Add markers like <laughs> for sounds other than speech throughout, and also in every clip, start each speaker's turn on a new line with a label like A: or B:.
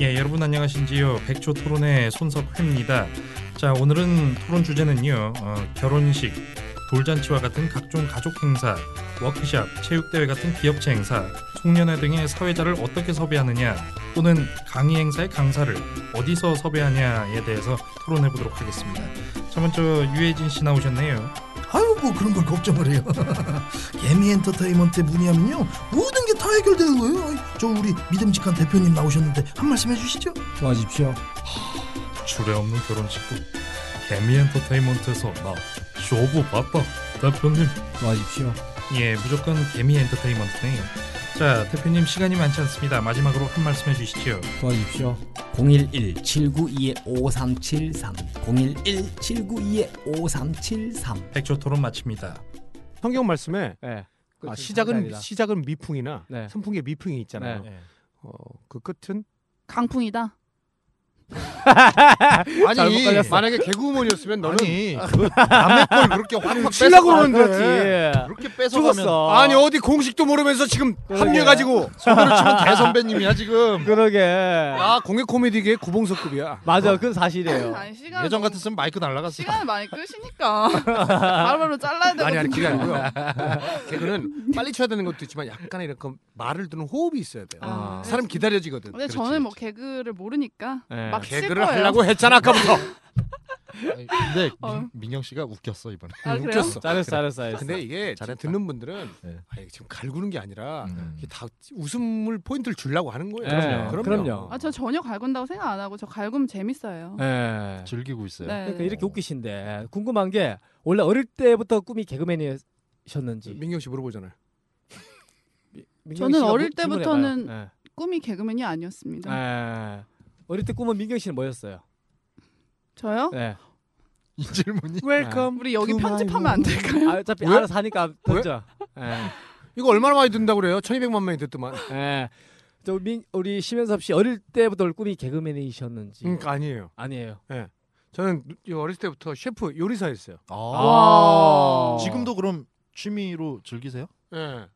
A: 예, 여러분 안녕하신지요? 백초 토론의 손석회입니다. 자, 오늘은 토론 주제는요. 어, 결혼식, 돌잔치와 같은 각종 가족 행사, 워크샵, 체육대회 같은 기업체 행사, 송년회 등의 사회자를 어떻게 섭외하느냐, 또는 강의 행사의 강사를 어디서 섭외하냐에 대해서 토론해 보도록 하겠습니다. 자, 먼저 유해진 씨 나오셨네요.
B: 아유 뭐 그런 걸 걱정을 해요. <laughs> 개미 엔터테인먼트에 문의하면요 모든 게 다 해결되는 거예요. 아이, 저 우리 믿음직한 대표님 나오셨는데 한 말씀 해주시죠.
C: 도와주십시오.
A: 주례 없는 결혼식도 개미 엔터테인먼트에서 나 쇼부 봤다. 대표님
C: 도와주십시오.
A: 예, 무조건 개미 엔터테인먼트네요. 자, 대표님 시간이 많지 않습니다. 마지막으로 한 말씀 해주시죠.
C: 도와주십시오.
D: 011-792-5373 011-792-5373
A: 백조 토론 마칩니다.
E: 성경 말씀에
F: 예.
E: 아, 시작은
C: 상당이다.
E: 시작은 미풍이나
C: 네.
E: 선풍기에 미풍이 있잖아요.
C: 네.
E: 어, 그 끝은
G: 강풍이다.
C: 잘못
F: 아니
C: 걸렸어.
F: 만약에 개그우먼이었으면 너는
C: 아니,
F: <laughs> 남의 걸 그렇게 확확
E: 실라
F: 뺏어 아, 예.
E: 그러는 거지.
F: 그렇게 뺏어가면 예.
C: 죽었어.
F: 아니 어디 공식도 모르면서 지금
C: 그러게.
F: 합류해가지고 소개를 치면 대선배님이야 지금
C: 그러게.
F: 야 아, 공익 코미디계 구봉석급이야
C: 맞아, 그건 사실이에요.
G: 아니 시간
F: 어, 예전 같았으면 마이크 날라갔어
G: 시간을 많이 끄시니까 <laughs> 바로바로 잘라야 되거든요.
F: 아니 아니 그게 아니고요 <laughs> 개그는 빨리 쳐야 되는 것도 있지만 약간 이렇게 말을 드는 호흡이 있어야 돼요
G: 아.
F: 사람 기다려지거든
G: 근데
F: 그렇지,
G: 저는 뭐
F: 그렇지. 네.
G: 개그를 모르니까
C: 예.
G: 막 아, 칠
F: 개그를
G: 거예요.
F: 하려고 했잖아
G: <laughs>
F: 아까부터
H: 근데
G: 어.
H: 민, 민영 씨가 웃겼어 이번에.
G: 아, 그래요?
F: 웃겼어
C: 잘했어, 잘했어, 잘했어.
F: 근데 이게 지금
H: 잘했다.
F: 듣는 분들은
H: 네.
F: 아, 이게 지금 갈구는 게 아니라
H: 음.
F: 이게 다 웃음을 포인트를 주려고 하는 거예요.
C: 예,
F: 그럼요.
C: 그럼요.
G: 아, 저 전혀 갈군다고 생각 안 하고 저 갈구면 재밌어요.
F: 네.
C: 예.
H: 즐기고 있어요.
G: 네.
C: 그러니까 이렇게 웃기신데 궁금한 게 원래 어릴 때부터 꿈이 개그맨이셨는지.
F: 민경 씨 물어보잖아요.
C: 민경
G: 저는
C: 씨가
G: 어릴
C: 물- 질문해봐요. 예.
G: 꿈이 개그맨이 아니었습니다.
F: 네.
C: 예. 어릴 때 꿈은 민경 씨는 뭐였어요?
G: 저요?
C: 네.
H: 이 질문이
C: 웰컴.
G: 우리 여기
C: to my
G: 편집하면 안 될까요?
C: 아, 어차피
F: 왜?
C: 알아서 하니까 던져. 예.
F: <laughs> 이거 얼마나 많이 든다고 그래요? 1200만 명이 듣더만. 음,
C: 예. 저 민, 우리 심연섭 씨 어릴 때부터 꿈이 개그맨이셨는지.
F: 음, 아니에요.
C: 아니에요.
F: 저는 이 어릴 때부터 셰프 요리사였어요.
H: 아.
C: 와.
H: 지금도 그럼 취미로 즐기세요?
F: 예.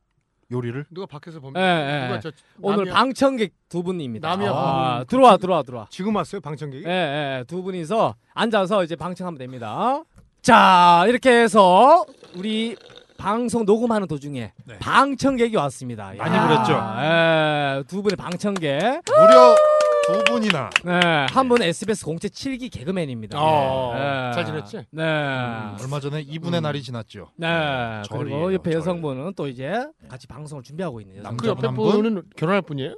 H: 요리를?
F: 누가 밖에서
C: 예,
F: 보면
C: 예.
F: 누가 저
C: 오늘
F: 남이야?
C: 방청객 두 분입니다.
F: 남이야.
C: 아,
F: 음,
C: 들어와 들어와 들어와.
F: 지금 왔어요, 방청객이?
C: 예, 예, 예. 두 분이서 앉아서 이제 방청하면 됩니다. 자, 이렇게 해서 우리 방송 녹음하는 도중에
A: 네.
C: 방청객이 왔습니다.
F: 아, 네,
A: 많이
C: 야,
F: 그렇죠.
A: 그랬죠?
C: 예, 두 분의 방청객.
A: 무려 두 분이나
C: 네, 한 분은 SBS 공채 7기 개그맨입니다.
F: 어,
C: 예, 예.
F: 잘 지냈지?
C: 네.
H: 얼마 전에 이분의
F: 음.
H: 날이 지났죠.
C: 네. 그리고
H: 절이에요,
C: 옆에
H: 절.
C: 여성분은 또 이제 같이 방송을 준비하고 있는 여성.
H: 남자.
A: 그러니까
H: 남자분 한
F: 결혼할 그 분이에요?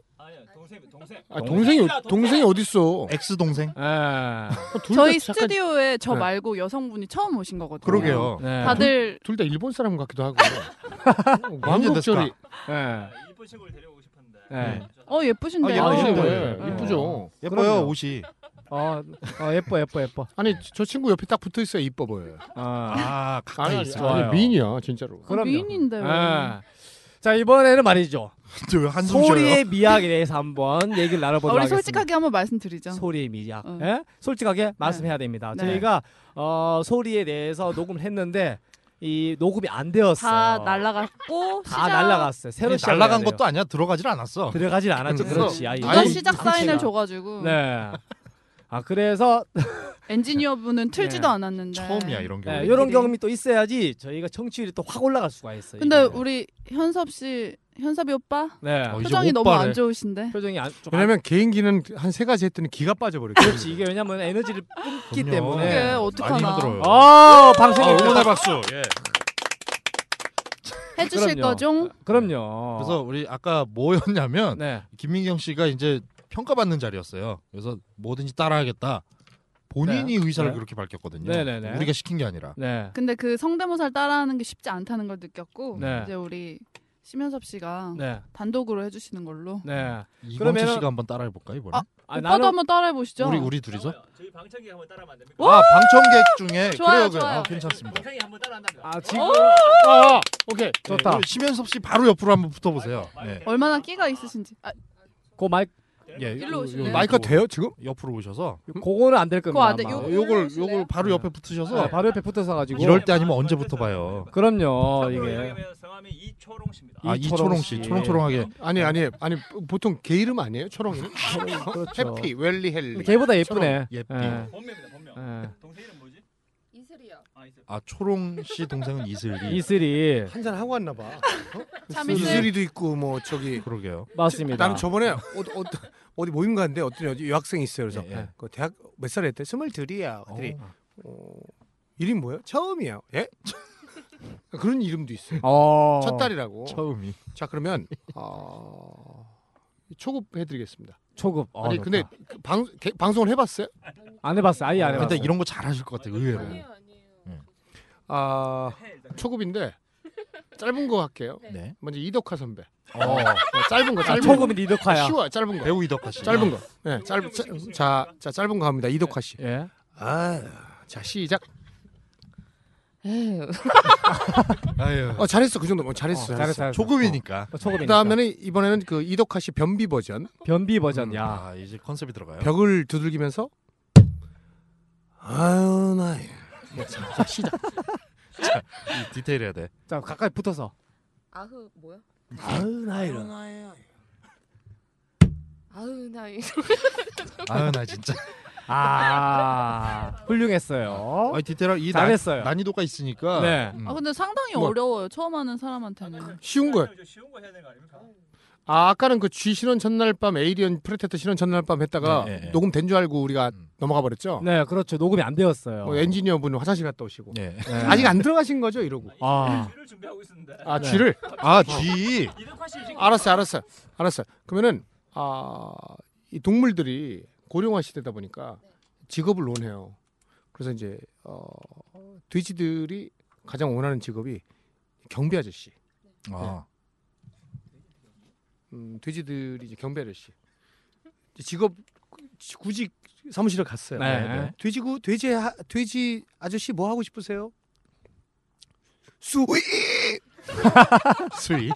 F: 아, 동생이 동생이 어디 있어?
H: 엑스 동생?
C: 예.
G: 저희 스튜디오에 저
F: 네.
G: 말고 여성분이 처음 오신 거거든요.
H: 그러게요.
C: 네.
G: 다들
F: 둘 다 일본 사람 같기도 <laughs> 하고. 어,
H: 왕국절이-
F: 왕국절이
C: 예.
H: 네.
C: 예.
G: 어 예쁘신데요.
H: 아, 예쁘신데.
C: 네.
F: 이쁘죠.
H: 예뻐요
C: 그럼요.
H: 옷이.
C: 어, 어, 예뻐 예뻐 예뻐.
F: 아니 저 친구 옆에 딱 붙어 있어야 이뻐 보여요.
C: 어.
H: 아 가까이
F: 아니,
H: 있어.
C: 좋아요.
F: 아니 미인이야 진짜로.
G: 그 미인인데
F: 네.
G: 왜?
C: 예. 자 이번에는 말이죠
H: 저 한숨 쉬어요.
C: 소리의 미학에 대해서 한번 얘기를
G: 아,
C: 나눠보도록
G: 우리
C: 하겠습니다.
G: 솔직하게 한번 말씀드리죠.
C: 소리의 미학,
G: 응.
C: 예? 솔직하게 말씀해야 됩니다.
G: 네.
C: 저희가 어, 소리에 대해서 녹음을 했는데 이 녹음이 안 되었어요.
G: 다 날라갔고
C: 다
G: 시작-
C: 날라갔어요. 새로
A: 예,
H: 아니,
C: 시작을
H: 날라간
C: 해야 돼요.
H: 것도 아니야. 들어가질 않았어.
C: 들어가질 않았지.
H: 네.
F: 그래서-
C: 그렇지. 아, 이거
G: 누가
F: 아니,
G: 시작 사인을 줘가지고
C: 네. 아 그래서
G: 엔지니어분은 틀지도
C: 네.
G: 않았는데
H: 처음이야 이런 경우.
C: 네,
G: 요런-
C: 이런 경험이 또 있어야지 저희가 청취율이 또 확 올라갈 수가 있어요.
G: 근데
C: 이게.
G: 우리 현섭 씨 현섭이 오빠
C: 네.
H: 어, 이제
G: 표정이 너무
H: 오빠를. 네.
G: 안 좋으신데
C: 표정이 안, 좀 안,
F: 왜냐면 개인기는 한 세 가지 했더니 기가 빠져버렸거든요.
C: 그렇지 이게 왜냐면 에너지를 뿜기
H: 그럼요.
G: 그게
C: 때문에.
H: 많이
G: 어떡하나
H: 힘들어요.
C: 어
H: 아,
C: 방송이
H: 응원의 박수. 예.
C: 그럼요.
G: 해주실
C: 네.
G: 거죠?
C: 그럼요.
H: 그래서 우리 아까 뭐였냐면
C: 네.
H: 김민경 씨가 이제 평가받는 자리였어요. 그래서 뭐든지 따라하겠다. 본인이 의사를
C: 네.
H: 그렇게 밝혔거든요.
C: 네네네.
H: 우리가 시킨 게 아니라.
C: 네.
G: 근데 그 성대모사를 따라하는 게 쉽지 않다는 걸 느꼈고
C: 네.
G: 이제 뭐 우리 심현섭 씨가
C: 네.
G: 단독으로 해주시는 걸로
C: 네.
H: 이광철
C: 그러면은-
H: 씨가 한번 따라해 볼까 이번에?
G: 아,
C: 아,
G: 오빠도
C: 나는
G: 한번 따라해 보시죠.
H: 우리 우리 둘이서?
G: 와!
H: 아 방청객 중에 그래요
G: 좋아요,
H: 그래요.
G: 좋아요.
H: 아, 괜찮습니다.
C: 아, 지금
G: 어!
C: 어,
F: 아, 아, 오케이.
C: 좋다.
H: 우리 심연섭 씨 바로 옆으로 한번 붙어 보세요. 예.
G: 얼마나 끼가 있으신지 아,
C: 그 마이크
H: 예.
G: 일로
H: 요-
G: 오실래요?
H: 요-
F: 마이크
H: 요-
F: 돼요 지금?
H: 옆으로 오셔서
C: 그거는 안 될 겁니다.
G: 그거 안 돼.
C: 아마.
G: 요-
H: 요걸
G: 올라오실래요?
H: 요걸 바로 옆에
C: 네,
H: 붙으셔서
C: 바로 옆에 붙어서 가지고
H: 아, 이럴 때 아니면 언제부터 봐요.
C: 그럼요. 이게
I: 다음에 이초롱 씨입니다.
H: 아 이초롱 씨 초롱초롱하게
F: 아니 아니 아니 보통 개 이름 아니에요? <laughs> 초롱이는? 해피 웰리 헬리.
C: 걔보다 예쁘네.
H: 예삐
C: 예.
I: 본명입니다. 본명.
C: 예.
I: 동생 이름 뭐지? 이슬이요. 아 이슬.
H: 아 초롱 씨 동생은 이슬이
C: 이슬이
E: 한잔 하고 왔나 봐.
G: 참이슬
F: 이슬이도 있고 뭐 저기
H: 그러게요
C: 맞습니다.
E: 나는 저번에 어디, 어디, 어디 모임 갔는데 어떤 여- 여학생이 있어요. 그래서
H: 예, 예.
E: 그 대학 몇 살에 했대? 스물둘이야. 그랬더니
H: 어.
E: 어, 이름 뭐예요? 처음이야.
F: <laughs>
E: 예? 그런 이름도 있어요.
C: 어.
F: 첫 딸이라고.
H: 처음이
F: 자 그러면 어... 초급 해드리겠습니다.
C: 초급. 어,
F: 아니
C: 좋다.
F: 근데 그방 개- 방송을 해봤어요?
C: 안 해봤어. 아예 안 해봤어.
H: 근데 이런 거 잘하실 것 같아요 의외로
F: 아 초급인데 짧은 거 할게요.
H: 네.
F: 먼저 이덕화 선배.
H: 어,
F: 짧은 거 짧은 거.
C: 아, 초급은 리더카야.
F: 쉬워 짧은 거.
H: 배우 이덕화 씨
F: 짧은 거. 네, 짧은 자, 자 짧은 거 합니다. 이덕화 씨.
C: 예.
F: 아, 자 시작.
H: 아유 예. 아,
F: 어 잘했어 그 정도. 어, 잘했어.
C: 잘했어.
F: 잘했어.
C: 잘했어.
H: 초급이니까
C: 어, 초급이니까.
F: 그다음에는 음. 이번에는 그 이덕화 씨 변비 버전.
C: 변비 버전. 야.
H: 아 이제 컨셉이 들어가요
F: 벽을 두들기면서 아유 나. 네, 자, 자 시작.
H: 이 디테일해야 돼
C: 자 가까이 붙어서.
I: 아흐 뭐야?
E: 아유 나이런.
I: 아흐 나이.
H: 아유 나 진짜
F: <laughs>
C: 아 훌륭했어요.
H: 아 디테일한 이 난,
C: 잘했어요.
H: 난이도가 있으니까
C: 네.
H: 음.
G: 아 근데 상당히
F: 뭐.
G: 어려워요. 처음 하는 사람한테는.
F: 쉬운 거예요.
I: 쉬운 거 해야 되는 거 아닙니까?
F: 아 아까는 그 쥐 신원 전날 밤 에이리언 프레테터 신원 전날 밤 했다가
H: 네, 네, 네.
F: 녹음된 줄 알고 우리가
H: 음.
F: 넘어가 버렸죠.
C: 네, 그렇죠. 녹음이 안 되었어요.
F: 어, 엔지니어분 화장실 갔다 오시고
H: 예.
I: 네.
F: 아직 안 들어가신 거죠 이러고.
C: 아,
I: 를 준비하고 있었는데.
F: 아
C: 네.
F: 쥐를.
H: 아 쥐.
I: 이덕화 씨 지금
F: 알았어, 알았어, 알았어. 그러면은 아, 이 동물들이 고령화 시대다 보니까 직업을 논해요. 그래서 이제 어, 돼지들이 가장 원하는 직업이 경비 아저씨.
H: 아,
F: 음, 돼지들이 이제 경비 아저씨. 이제 직업 구- 구직 사무실에 갔어요.
C: 네, 네.
E: 돼지구 돼지 하, 돼지 아저씨 뭐 하고 싶으세요?
F: 수위.
C: 네.
H: 수위.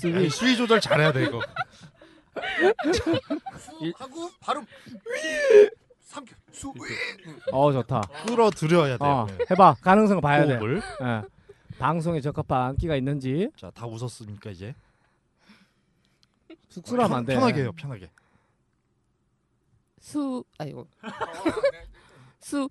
C: 수위.
H: 아니, 수위 조절 잘해야 돼 이거.
F: 하고 바로 삼켜 수위.
C: 어 좋다.
F: 아,
H: 끌어들여야
F: 네,
H: 돼.
C: 어,
H: 요 네.
C: 해봐. 가능성 봐야 돼.
H: 호흡을.
C: 예. 방송에 적합한 끼가 있는지
H: 자, 다 웃었으니까 이제.
C: 숙소라면 안 돼.
H: 편하게 해요, 편하게.
I: 수
G: 어,
I: 아이고.
G: 네.
I: 수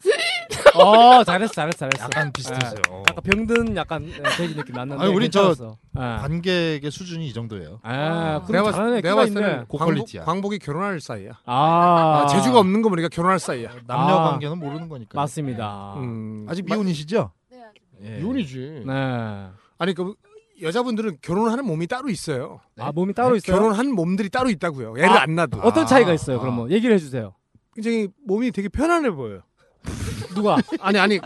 C: 어, 잘했어, 잘했어, 잘했어.
H: 약간 비슷했어요. 어.
C: 약간 병든 약간 예, 돼지 느낌 났는데.
H: 아니, 우리 저-
C: 괜찮았어. 예.
H: 관객의 수준이 이 정도예요.
C: 아,
F: 내가
C: 그럼
F: 봤을
C: 잘하네.
F: 내가
C: 끼가
F: 봤을
C: 있네.
F: 때는 광복,
H: 고퀄리티야.
F: 광복이 결혼할 사이야.
C: 아,
F: 아, 재주가 없는 거 보니까 결혼할 사이야.
H: 남녀
C: 아.
H: 관계는 모르는 거니까.
C: 맞습니다.
F: 음,
H: 아직 미혼이시죠?
I: 네, 아직.
H: 예.
F: 미혼이지.
C: 네.
F: 아니 그 여자분들은 결혼하는 몸이 따로 있어요.
C: 아 몸이 따로 있어요.
F: 네. 결혼한 몸들이 따로 있다고요. 애를
C: 아.
F: 안 놔도.
C: 어떤
H: 아,
C: 차이가 있어요?
H: 아.
C: 그러면 얘기를 해주세요.
E: 굉장히 몸이 되게 편안해 보여요.
C: 누가?
F: 아니 아니.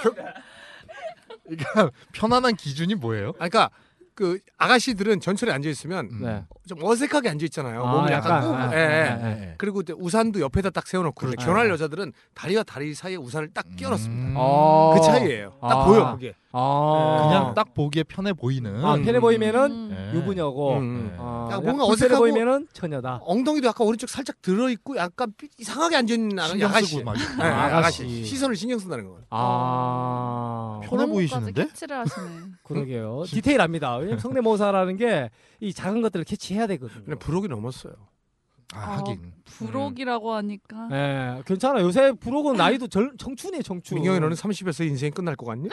H: 그러니까 편안한 기준이 뭐예요?
F: 아니, 그러니까 그 아가씨들은 전철에 앉아 있으면
H: 음.
C: 네.
F: 좀 어색하게 앉아 있잖아요.
C: 아,
F: 몸이 약간.
C: 약간,
F: 꾹.
C: 아,
F: 예, 예.
C: 아, 아,
H: 예, 예.
F: 그리고 이제 우산도 옆에다 딱 세워놓고 근데
C: 그렇죠.
F: 결혼할 여자들은 다리와 다리 사이에 우산을 딱 끼워놨습니다.
H: 음.
C: 어.
F: 그 차이예요. 딱
C: 아.
F: 보여 그게.
C: 아,
H: 그냥 딱 보기에 편해 보이는. 네.
C: 아, 편해 보이면은
G: 음.
H: 예.
C: 유부녀고.
F: 음.
H: 예.
C: 어,
F: 야,
C: 약
F: 뭔가
C: 불편해
F: 어색하고-
C: 보이면은 처녀다.
F: 엉덩이도 약간 오른쪽 살짝 들어 있고 약간 삐- 이상하게 앉아 있는
H: 신경
F: 아가씨.
H: 쓰고 막.
F: 예, 예,
C: 아가씨.
F: 아가씨 시선을 신경 쓴다는 거예요.
C: 아,
H: 편해 보이시는데?
G: 캐치를 하시네.
C: 음.
F: <laughs>
C: 그러게요. 디테일합니다. 왜냐면 성대모사라는 게 이 작은 것들을 캐치해야 되거든요.
F: 근데 부록이 넘었어요.
H: 아,
G: 아.
H: 하긴.
G: 부록이라고 하니까.
C: 예, 괜찮아. 요새 부록은 나이도 절, 청춘이에요, 청춘.
F: 민경이 너는 30에서 인생 끝날 것 같니?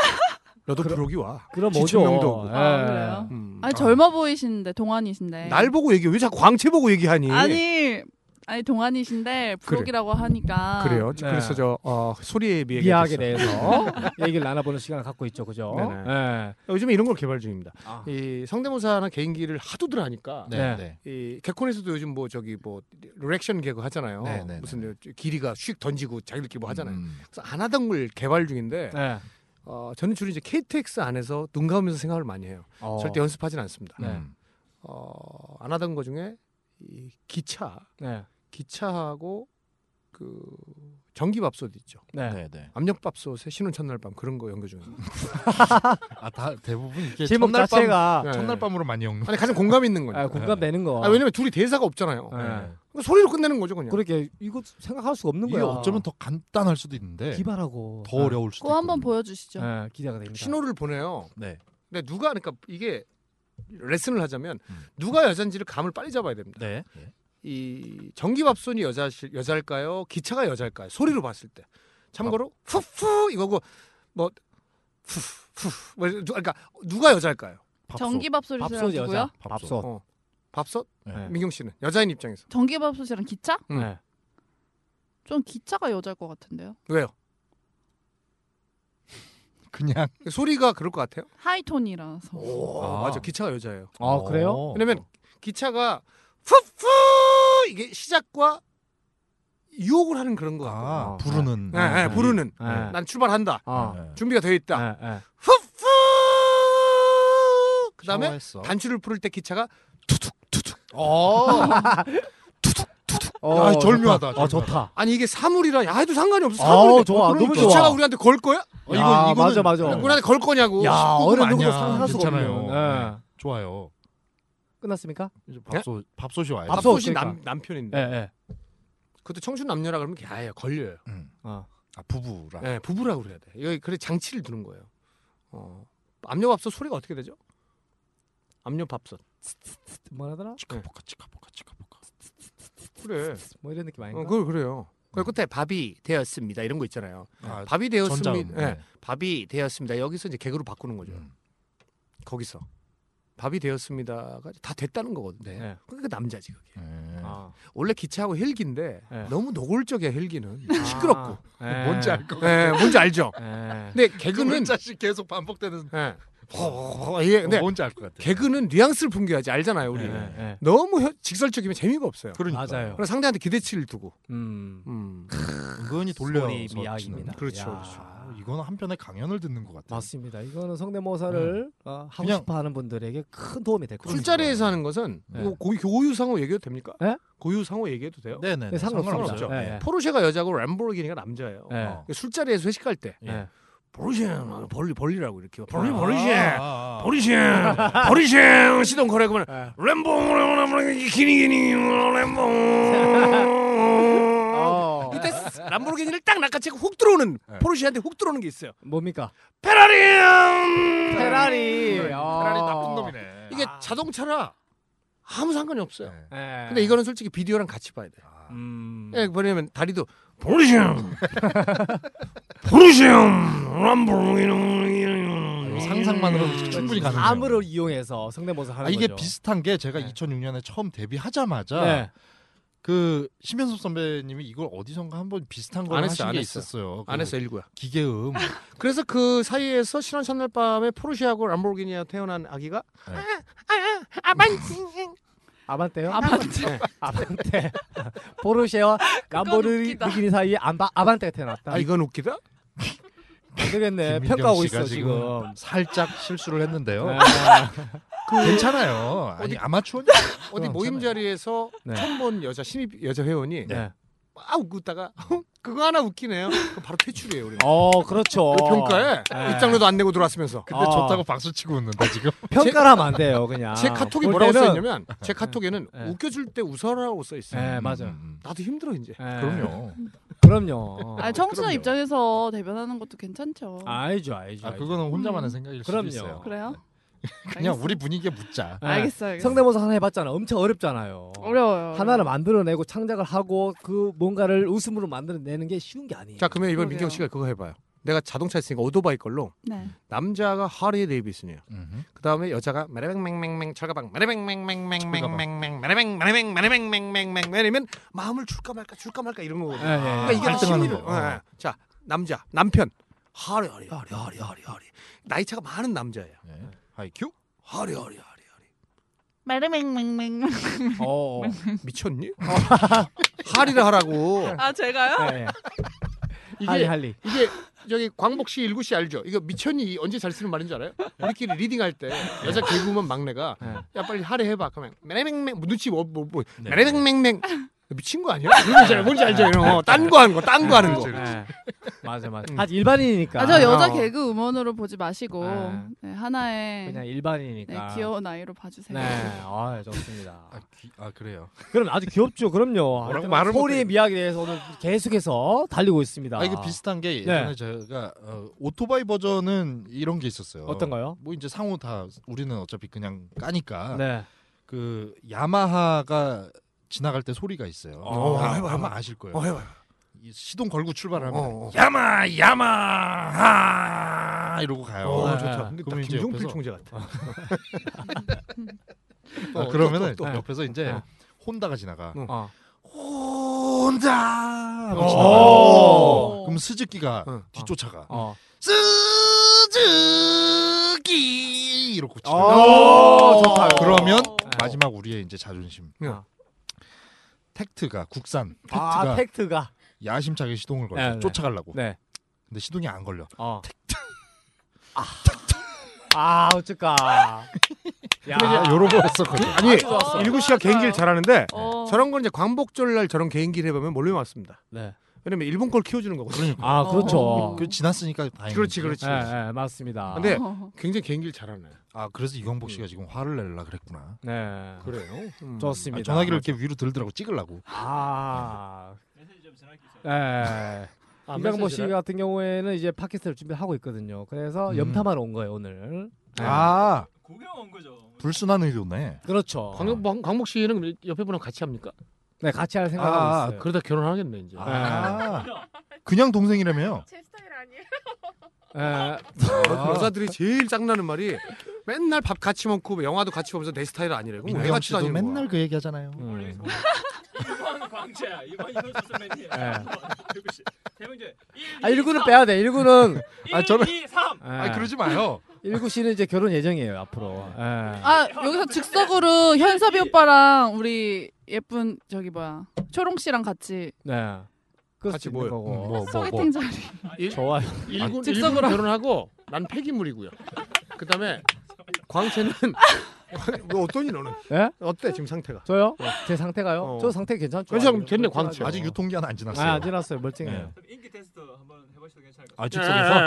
F: 너도 부록이 와.
C: 어. 그럼
F: 지친 명도
C: 오죠. 예.
F: 없고.
G: 아, 그래요?
F: 음.
G: 아니 젊어 보이시는데 동안이신데.
F: 날 보고 얘기해. 왜 자꾸 광채 보고 얘기하니?
G: 아니 아니 동안이신데 부록이라고 하니까.
F: 그래요.
C: 네.
F: 그래서 저 어, 소리에 어? 비해
C: 미학에 대해서
H: <laughs>
C: 얘기를 나눠보는 시간을 갖고 있죠, 그죠?
F: 네네.
C: 예.
F: 요즘에 이런 걸 개발 중입니다.
C: 아.
F: 이 성대모사나 개인기를 하도들 하니까
H: 네.
C: 네.
H: 네.
F: 이 개콘에서도 요즘 뭐 저기 뭐 리액션 개그 하잖아요.
H: 네, 네,
F: 무슨 길이가 휙 던지고 자기들끼리 뭐 하잖아요.
H: 음.
F: 그래서 안 하던 걸 개발 중인데
C: 예.
F: 어, 저는 주로 이제 KTX 안에서 눈 감으면서 생각을 많이 해요.
C: 어.
F: 절대 연습하진 않습니다.
C: 네.
H: 음.
F: 어, 안 하던 거 중에 이 기차,
C: 네.
F: 기차하고 그 전기밥솥 있죠.
C: 네.
H: 네, 네.
F: 압력밥솥에 신혼 첫날 밤 그런 거 연결 중입니다.
H: 아, 다 대부분 이게
C: 제목
H: 첫날 밤 네.
C: 자체가
F: 네.
H: 첫날 밤으로 많이 엮는.
F: 아니 가장 공감 있는 거니까.
C: 아, 공감되는 거.
F: 아, 왜냐면 둘이 대사가 없잖아요.
C: 예.
H: 네.
F: 그러니까 소리로 끝내는 거죠 그냥.
C: 그렇게 이거 생각할 수가 없는
H: 이게
C: 거야.
H: 어쩌면 더 간단할 수도 있는데
C: 기발하고
H: 더 어려울 수도
G: 그거
H: 있거든요.
G: 한번
C: 네,
G: 보여주시죠.
C: 예, 기대가 됩니다.
F: 신호를 보내요.
H: 네.
F: 근데 누가 그러니까 이게 레슨을 하자면
H: 음.
F: 누가 여잔지를 감을 빨리 잡아야 됩니다.
H: 네.
F: 이 전기밥솥이 여자 여자일까요? 기차가 여자일까요? 소리로 봤을 때. 참고로 후후 이거고 뭐 후후 뭐 이래- 누- 그러니까 누가 여자일까요?
G: 전기밥솥이랑
C: 밥솥
H: 아,
G: 누구요?
C: 여자. 밥솥.
F: 어. 밥솥?
H: 네.
F: 민경 씨는 여자인 입장에서
G: 전기밥솥이랑 기차?
F: 네.
G: 좀 기차가 여자일 것 같은데요.
F: 왜요?
H: 그냥
F: 소리가 그럴 것 같아요.
G: 하이톤이라서.
F: 오,
H: 아.
F: 맞아. 기차가 여자예요.
H: 어.
C: 아 그래요?
F: 왜냐면 기차가 후후 이게 시작과 유혹을 하는 그런 거 같고.
H: 아,
C: 어,
H: 부르는
F: 네, 네,
H: 네.
F: 부르는
C: 예.
H: 네.
F: 난 출발한다.
C: 어.
H: 네.
F: 준비가 되어
C: 예,
F: 있다.
C: 예.
F: 후후 그다음에
H: 샤워했어.
F: 단추를 부를 때 기차가
H: 어.
C: 어,
H: 아,
C: 좋다.
H: 절묘하다,
C: 어
H: 절묘하다.
C: 좋다.
F: 아니 이게 사물이라 야 해도 상관이 없어.
C: 아,
F: 사물인데
C: 좋아.
F: 그럼
C: 너무
F: 기차가
C: 좋아.
F: 우리한테 걸 거야?
H: 어,
C: 야,
H: 이건 이거는
C: 맞아 맞아.
F: 우리한테 걸 거냐고.
C: 야 어느
H: 아니야.
C: 누구도 상상할 수가
H: 괜찮아요. 네.
C: 없는. 예.
H: 좋아요.
C: 끝났습니까?
H: 이제 밥솥 밥솥이 와요.
C: 밥솥.
F: 예? 밥솥이
C: 그러니까.
F: 남 남편인데
H: 네.
C: 예 예.
F: 그것도 청춘 남녀라 그러면 아예 걸려요.
H: 음.
C: 어.
H: 아, 부부랑
F: 예, 부부라고 그래야 돼. 여기 그래 장치를 두는 거예요. 어, 압력 밥솥 소리가 어떻게 되죠? 압력 밥솥.
C: 뭐라더라?
H: 치카포카 치카포카 치카포카.
F: 그래.
C: 뭐 이런 느낌 아닌가?
F: 어, 그 그래요. 그 끝에 밥이 되었습니다. 이런 거 있잖아요.
H: 아,
F: 밥이
H: 전자.
F: 되었습니다. 예,
H: 네.
F: 밥이 되었습니다. 여기서 이제 개그로 바꾸는 거죠.
H: 음.
F: 거기서 밥이 되었습니다가 다 됐다는 거거든요.
H: 네.
F: 그러니까 남자지 그게.
H: 네.
C: 아.
F: 원래 기차하고 헬기인데
C: 네. 아.
F: 너무 노골적이야 헬기는 시끄럽고.
C: 예.
H: 뭔지 알 것. 같아.
F: 예, 뭔지 알죠?
C: 예.
F: 근데
H: 그
F: 개그는
H: 문자씩 계속 반복되는.
F: 예. 허허허, 예, 근데
H: 뭔지 알 것 같아.
F: 개그는 뉘앙스를 풍겨야지 알잖아요 우리.
C: 예,
H: 네.
C: 예.
F: 너무 혀- 직설적이면 재미가 없어요.
H: 그러니까.
C: 맞아요.
F: 그래서 상대한테 기대치를 두고.
C: 음.
F: 음.
H: 은근히 돌려서
C: 소리
H: 치는.
C: 미학입니다.
F: 그렇죠,
C: 야.
H: 아, 이건 한편의 강연을 듣는 것 같아요.
C: 맞습니다. 이거는 성대모사를 어, 하고
H: 그냥-
C: 싶어 하는 분들에게 큰 도움이 될 거예요.
F: 술자리에서 하는 것은
C: 네.
F: 이거 고, 교유상호 얘기해도 됩니까?
C: 네?
F: 고유상호 얘기해도 돼요?
H: 네네.
C: 네, 상관없어요. 예, 예.
F: 포르쉐가 여자고 람보르기니가 남자예요.
C: 예.
H: 어.
F: 술자리에서 회식할 때
H: 예.
C: 예.
F: 보르쉐는 벌리 벌리라고 이렇게 벌리
H: 아,
F: 보르쉐
H: 아, 아. <laughs>
F: 보르쉐 보르쉐 시동 걸어 그러면
H: 네.
C: 예.
F: 램보 기니기니 램보
C: 어.
F: 이때 람보르기니를 딱 낚아채고 훅 들어오는
H: 아. 네.
F: 포르쉐한테 훅 들어오는 게 있어요.
C: <laughs> 뭡니까?
F: 페라리
C: 페라리.
H: 페라리 나쁜 놈이네.
F: 이게 자동차라 아무 상관이 없어요.
H: 네.
F: 근데 이거는 솔직히 비디오랑 같이 봐야 돼요.
H: 아.
C: 예. 음.
F: 예, 왜냐면 다리도 <laughs> 보르시엄 보르시엄
H: 이거
F: 람보르기니
H: 아, 상상만으로도 충분히 가능해요.
C: 음. 그 암을 이용해서 성대모사 하는
H: 아, 이게
C: 거죠.
H: 비슷한 게 제가
C: 네.
H: 2006년에 처음 데뷔하자마자
C: 네.
H: 그 심현섭 선배님이 이걸 어디선가 한번 비슷한 걸
F: 안
H: 하신
F: 했어요, 안
H: 게
F: 했어요.
H: 있었어요. 그
F: 안 했어 일구야.
H: 기계음.
F: 그래서 그 사이에서 신혼 첫날 밤에 포르쉐하고 람보르기니와 태어난 아기가
H: 네.
C: 아반떼요?
G: 아, 아반떼.
F: 네.
C: 아반떼. <laughs> 포르쉐와
G: 웃기다.
C: 람보르기니 사이에 안바, 아반떼가 태어났다.
F: 아 이건 웃기다.
C: 안 되겠네.
H: 김민경
C: 평가하고
H: 씨가
C: 있어
H: 지금
C: 지금.
H: 살짝 실수를 했는데요.
C: 네.
H: 괜찮아요. 아니
F: 어디-
H: 아, 그 <laughs> 아마추어
F: 어디 모임 자리에서
C: 네.
F: 처음 본 여자 신입 여자 회원이 <laughs>
C: 네.
F: 막 웃다가 <laughs> 그거 하나 웃기네요. 그럼 바로 퇴출이에요 우리.
C: 어, 그렇죠.
F: 평가에
C: 네.
F: 입장료도 안 내고 들어왔으면서.
H: 근데
C: 아.
H: 좋다고 박수 치고 웃는다 지금.
C: 평가를 하면 안 돼요, 그냥.
F: 제 카톡이
C: 아, 볼
F: 뭐라고
C: 때는-
F: 써 있냐면 제 카톡에는
C: 네.
F: 웃겨줄 때 웃어라고 써 있어요.
C: 네, 맞아요.
H: 음,
F: 나도 힘들어 이제.
C: 예.
H: 음. 그럼요.
C: 그럼요.
G: 아 청순한
H: 그럼요.
G: 입장에서 대변하는 것도 괜찮죠.
C: 알죠, 알죠.
H: 아
C: 알죠.
H: 그거는 혼자만의
G: 음.
H: 생각일
C: 그럼요.
H: 수도 있어요.
G: 그래요?
H: 그냥
G: 알겠어.
H: 우리 분위기에 묻자.
C: 예.
G: 알겠어요. 알겠어요.
C: 성대모사 하나 해봤잖아. 엄청 어렵잖아요.
G: 어려워요.
C: 하나를 만들어내고 창작을 하고 그 뭔가를 웃음으로 만들어내는 게 쉬운 게 아니에요.
F: 자 그러면 이번
G: 그러게요.
F: 민경 씨가 그거 해봐요. 내가 자동차 있으니까 오토바이 걸로
G: 네.
F: 남자가 하리 데이비슨이에요.
H: 음흠.
F: 그 다음에 여자가 마레뱅맹맹맹 철가방 마레뱅맹맹맹맹맹맹 마레뱅 마레뱅 마레뱅맹맹맹 왜냐면 마음을 줄까 말까 줄까 말까 이런 거거든요.
C: 예, 예, 예.
F: 그러니까 이게
H: 갈등하는
F: 심리로.
H: 거.
C: 어.
F: 예, 예. 자 남자 남편 하리 하리 하리 하리 하리 하리 나이 차가 많은 남자예요.
H: 네. 하이큐.
F: 하리 하리 하리 하리
G: 마르맹맹맹.
C: 어.
F: 미쳤니? <laughs> 하리를 하라고.
G: 아 제가요?
C: 예, 예.
F: 이게
C: 할리 할리.
F: 이게 저기 광복 씨, 일구 씨 알죠? 이거 미천이 언제 잘 쓰는 말인 줄 알아요? 우리끼리 리딩할 때 여자 개그우먼 막내가
C: 네.
F: 야 빨리 하래 해봐. 그러면 매랭맹 눈치 뭐뭐 뭐,
H: 네.
F: 매랭맹맹 미친 거 아니야? 뭔지, 알- 뭔지 알죠? 이런 거. 딴 거 하는 거, 딴 거 하는 거.
C: 예. 맞아 맞아.
F: 음.
C: 아 일반인이니까.
G: 아, 저 여자
F: 어.
G: 개그 음원으로 보지 마시고
C: 네.
G: 네, 하나의
C: 그냥
G: 네,
C: 일반인이니까.
G: 귀여운 아이로 봐주세요.
C: 네, 아 좋습니다.
H: 아, 귀- 아 그래요.
C: 그럼 아주 귀엽죠. 그럼요.
H: 뭐라고 말을 못해.
C: 소리의 미학에 대해서 오늘 계속해서 달리고 있습니다.
H: 아 이거 비슷한 게 예전에
C: 네.
H: 제가 어, 오토바이 버전은 이런 게 있었어요.
C: 어떤가요?
H: 뭐 이제 상호 다 우리는 어차피 그냥
F: 아.
H: 까니까
C: 네.
H: 그 야마하가 지나갈 때 소리가 있어요.
C: 어,
H: 아,
F: 해봐,
H: 아마 아실 거예요.
F: 어, 해봐요.
H: 이 시동 걸고 출발하면
F: 어, 어.
H: 야마 야마 이러고 가요.
F: 어,
C: 네.
F: 좋다. 근데 딱
H: 그러면 이제
F: 김종필
H: 옆에서- 어.
F: 총재 같아. 어,
H: 아, 그러면은
C: 또, 또.
H: 옆에서 이제
C: 네.
H: 혼다가 지나가.
F: 응.
C: 어.
H: 혼다.
F: 어.
H: 하고
C: 오.
H: 지나가요. 그럼 스즈키가
F: 응.
H: 뒤쫓아가.
C: 어.
H: 스즈키
F: 어.
H: 이렇게 지나가.
C: 오, 좋다.
H: 아, 그러면
C: 네.
H: 마지막 우리의 이제 자존심.
F: 응.
H: 텍트가 국산 텍트가
C: 아 팩트가.
H: 야심차게 시동을 걸죠.
C: 네, 네.
H: 쫓아가려고.
C: 네.
H: 근데 시동이 안 걸려.
C: 어. 아. 아 어쩔까. 야.
H: 야, 아, 요런 거였었거든.
F: 아니,
G: 좋았어요.
F: 일구 씨가 개인기를 잘하는데
G: 어.
F: 저런 건 이제 광복절 날 저런 개인기를 해보면 몰려 왔습니다.
C: 네.
F: 왜냐면 일본 걸 키워주는 거거든요.
C: 아 그렇죠.
G: 어.
H: 그 지났으니까 다행.
F: 그렇지, 그렇지.
C: 예, 예,
H: 그러니까.
C: 맞습니다.
F: 근데
G: 어.
F: 굉장히 개인기를 잘하네.
H: 아 그래서 이광복 씨가 지금 화를 내려 그랬구나.
C: 네.
F: 그래요? 음.
C: 좋습니다.
H: 아니, 전화기를 이렇게 위로 들더라고 찍으려고.
C: 아. 예.
F: 아,
C: 이강모 씨
F: 메시지를-
C: 같은 경우에는 이제 팟캐스트를 준비하고 있거든요. 그래서
H: 음.
C: 염탐하러 온 거예요 오늘. 네.
H: 아
I: 구경 온 거죠.
H: 불순한 의도네.
C: 그렇죠.
F: 광- 광- 광복 씨는 옆에 분랑 같이 합니까?
C: 네 같이 할 생각하고
H: 아,
C: 있어요.
F: 그러다 결혼하겠네 이제.
H: 아 그냥 동생이라며요.
J: 제 스타일 아니에요.
C: 예.
F: 여- 여자들이 제일 짱나는 말이 맨날 밥 같이 먹고 뭐 영화도 같이 보면서 내 스타일 아니래. 그럼 왜
H: 민경
F: 같이
H: 씨도
F: 다니는
H: 맨날
F: 거야?
H: 그 얘기하잖아요.
C: 음.
I: 이번 광채야. 이번 이노주 선배님. 대문제.
C: 예. 아 일구는 빼야 돼. 일구는.
H: 아, 저는-
I: 1, 2, 3.
F: 예.
H: 아 그러지 마요.
C: 일구 씨는 이제 결혼 예정이에요 앞으로. 예.
G: 아 여기서 즉석으로 현섭이 오빠랑 우리 예쁜 저기 뭐야 초롱 씨랑 같이
C: 네. 그럴
F: 같이
C: 수도 있는
F: 뭐요?
H: 어,
C: 거고.
H: 음.
G: 소개팅 자리
C: 좋아요.
F: 일군 일군
G: 즉석으로.
F: 결혼하고 난 폐기물이고요. 그다음에 광채는 왜 어떠니 너는?
C: 예?
F: 어때 지금 상태가?
C: 저요? 제 상태가요?
F: 어.
C: 저 상태 괜찮죠?
F: 괜찮-
C: 아직
F: 됐네,
C: 멀쩡하죠.
F: 광채.
H: 아직 유통기한 안 지났어요.
C: 아, 안 지났어요. 멀쩡해요.
H: 네.
I: 인기 테스트 한번 해보셔도 괜찮을 것 같아요.
H: 아
F: 예,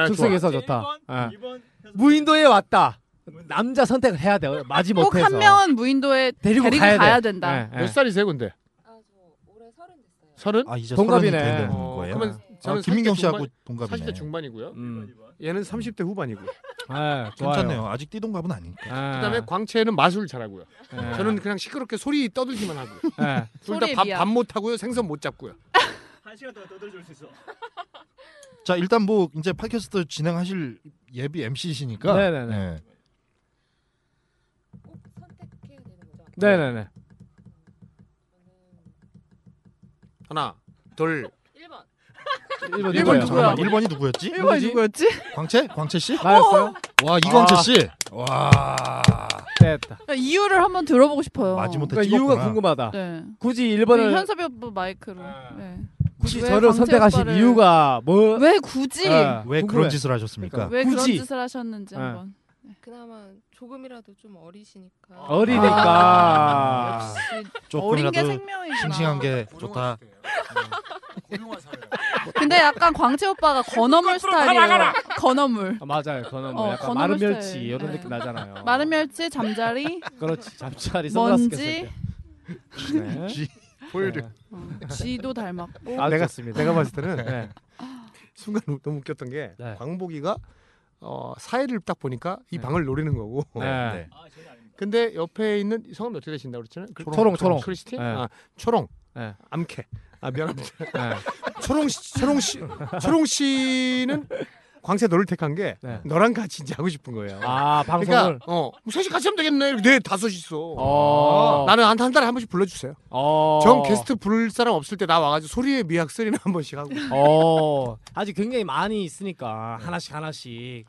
F: 예,
H: 즉석에서
F: 예,
C: 즉석에서 좋다. 예.
I: 2번
C: 무인도에 왔다. 남자 선택을 해야 돼요. 마지
G: 꼭
C: 뭐 못해서.
G: 한 명은 무인도에
C: 데리고,
G: 데리고,
C: 가야,
G: 가야,
C: 돼.
G: 된다.
C: 예, 예.
F: 몇 살이세요 근데?
J: 아, 저 올해 서른 됐어요.
F: 서른?
H: 아 이제
C: 동갑이네.
H: 서른이 되는
F: 어,
H: 거예요.
F: 그러면
H: 아,
F: 저는
H: 김민경
F: 40대
H: 씨하고
F: 중반,
H: 동갑이네.
F: 40대 중반이고요.
C: 음.
F: 얘는 30대 후반이고.
C: 아, 좋아요.
H: 괜찮네요. 아직 띠동갑은 아니니까.
C: 예.
F: 그다음에 광채는 마술 잘하고요.
C: 예.
F: 저는 그냥 시끄럽게 소리 떠들기만 하고요.
C: 예.
G: 소리에 비하.
F: 둘다밥못 하고요. 생선 못 잡고요.
I: 1시간 동안 떠들어줄 수 있어.
H: 자 일단 뭐 이제 팟캐스트 진행하실 예비 MC시니까.
C: 네네네.
J: 꼭 선택해야 되는 거죠?
C: 네네네.
F: 하나, 둘.
J: 1번.
C: 일본
G: 일본
C: 누구예요?
G: 누구야?
H: 1번이 누구였지?
G: 이거 누구였지?
H: 광채? 광채 씨?
C: 나였어요?
H: 와 이광채 씨. 와.
C: 됐다.
G: 아, 이유를 한번 들어보고 싶어요.
H: 마지못해
C: 그러니까 이유가
H: 찍었구나.
C: 궁금하다.
G: 네.
C: 굳이
G: 우리
C: 1번을
G: 현섭이 오빠 마이크로. 네.
C: 굳이
G: 왜
C: 저를
G: 광채
C: 선택하신
G: 오빠를-
C: 이유가 뭐?
G: 왜 굳이
C: 예,
H: 왜
C: 궁금해.
H: 그런 짓을 하셨습니까?
G: 왜 그런
C: 굳이.
G: 짓을 하셨는지
C: 예.
G: 한번.
J: 그나마 조금이라도 좀 어리시니까.
C: 어리니까.
G: 역시 어린 게
H: 조금이라도
G: 생명이구나.
H: 싱싱한 게 좋다.
G: 근데 약간 광채 오빠가 건어물 스타일이에요. 건어물.
C: 아, 맞아요. 그는 뭐
G: 어,
C: 약간
G: 건어물
C: 마른
G: 스타일.
C: 멸치 이런
G: 네.
C: 느낌 나잖아요.
G: 마른 멸치, 잠자리,
C: 그렇지.
G: <laughs>
C: 잠자리 선글라스 꼈을
G: 먼지.
C: 때. 네.
H: 쥐 보여줘.
G: 어, 쥐도 닮았고.
C: 아,
F: 내가-
C: 좋습니다.
F: 예. 내가 봤을 때는
C: 네.
F: 순간 너무 웃겼던 게
C: 네.
F: 광복이가 어, 사회를 딱 보니까 이
C: 네.
F: 방을 노리는 거고.
C: 네.
H: 네.
I: 아, 전혀 아닙니다.
F: 근데 옆에 있는 성함 어떻게 되신다고 그랬잖아요. 그-
C: 초롱, 초롱.
F: 크리스틴?
C: 네.
F: 아, 초롱.
C: 네.
F: 암캐. 아, 미안합니다.
C: 네.
F: <laughs> 초롱 씨, 초롱 씨, 초롱 씨는 광채 너를 택한 게
C: 네.
F: 너랑 같이 이제 하고 싶은 거예요.
C: 아, 방송을.
F: 그러니까 어, 뭐 셋이 같이 하면 되겠네. 이렇게 네, 다섯 있어.
G: 아,
C: 어.
F: 나는 한, 한 달에 한 번씩 불러주세요.
C: 어.
F: 전 게스트 부를 사람 없을 때 나 와가지고 소리의 미학 쓰리는 한 번씩 하고.
C: 어. 아직 굉장히 많이 있으니까 하나씩 하나씩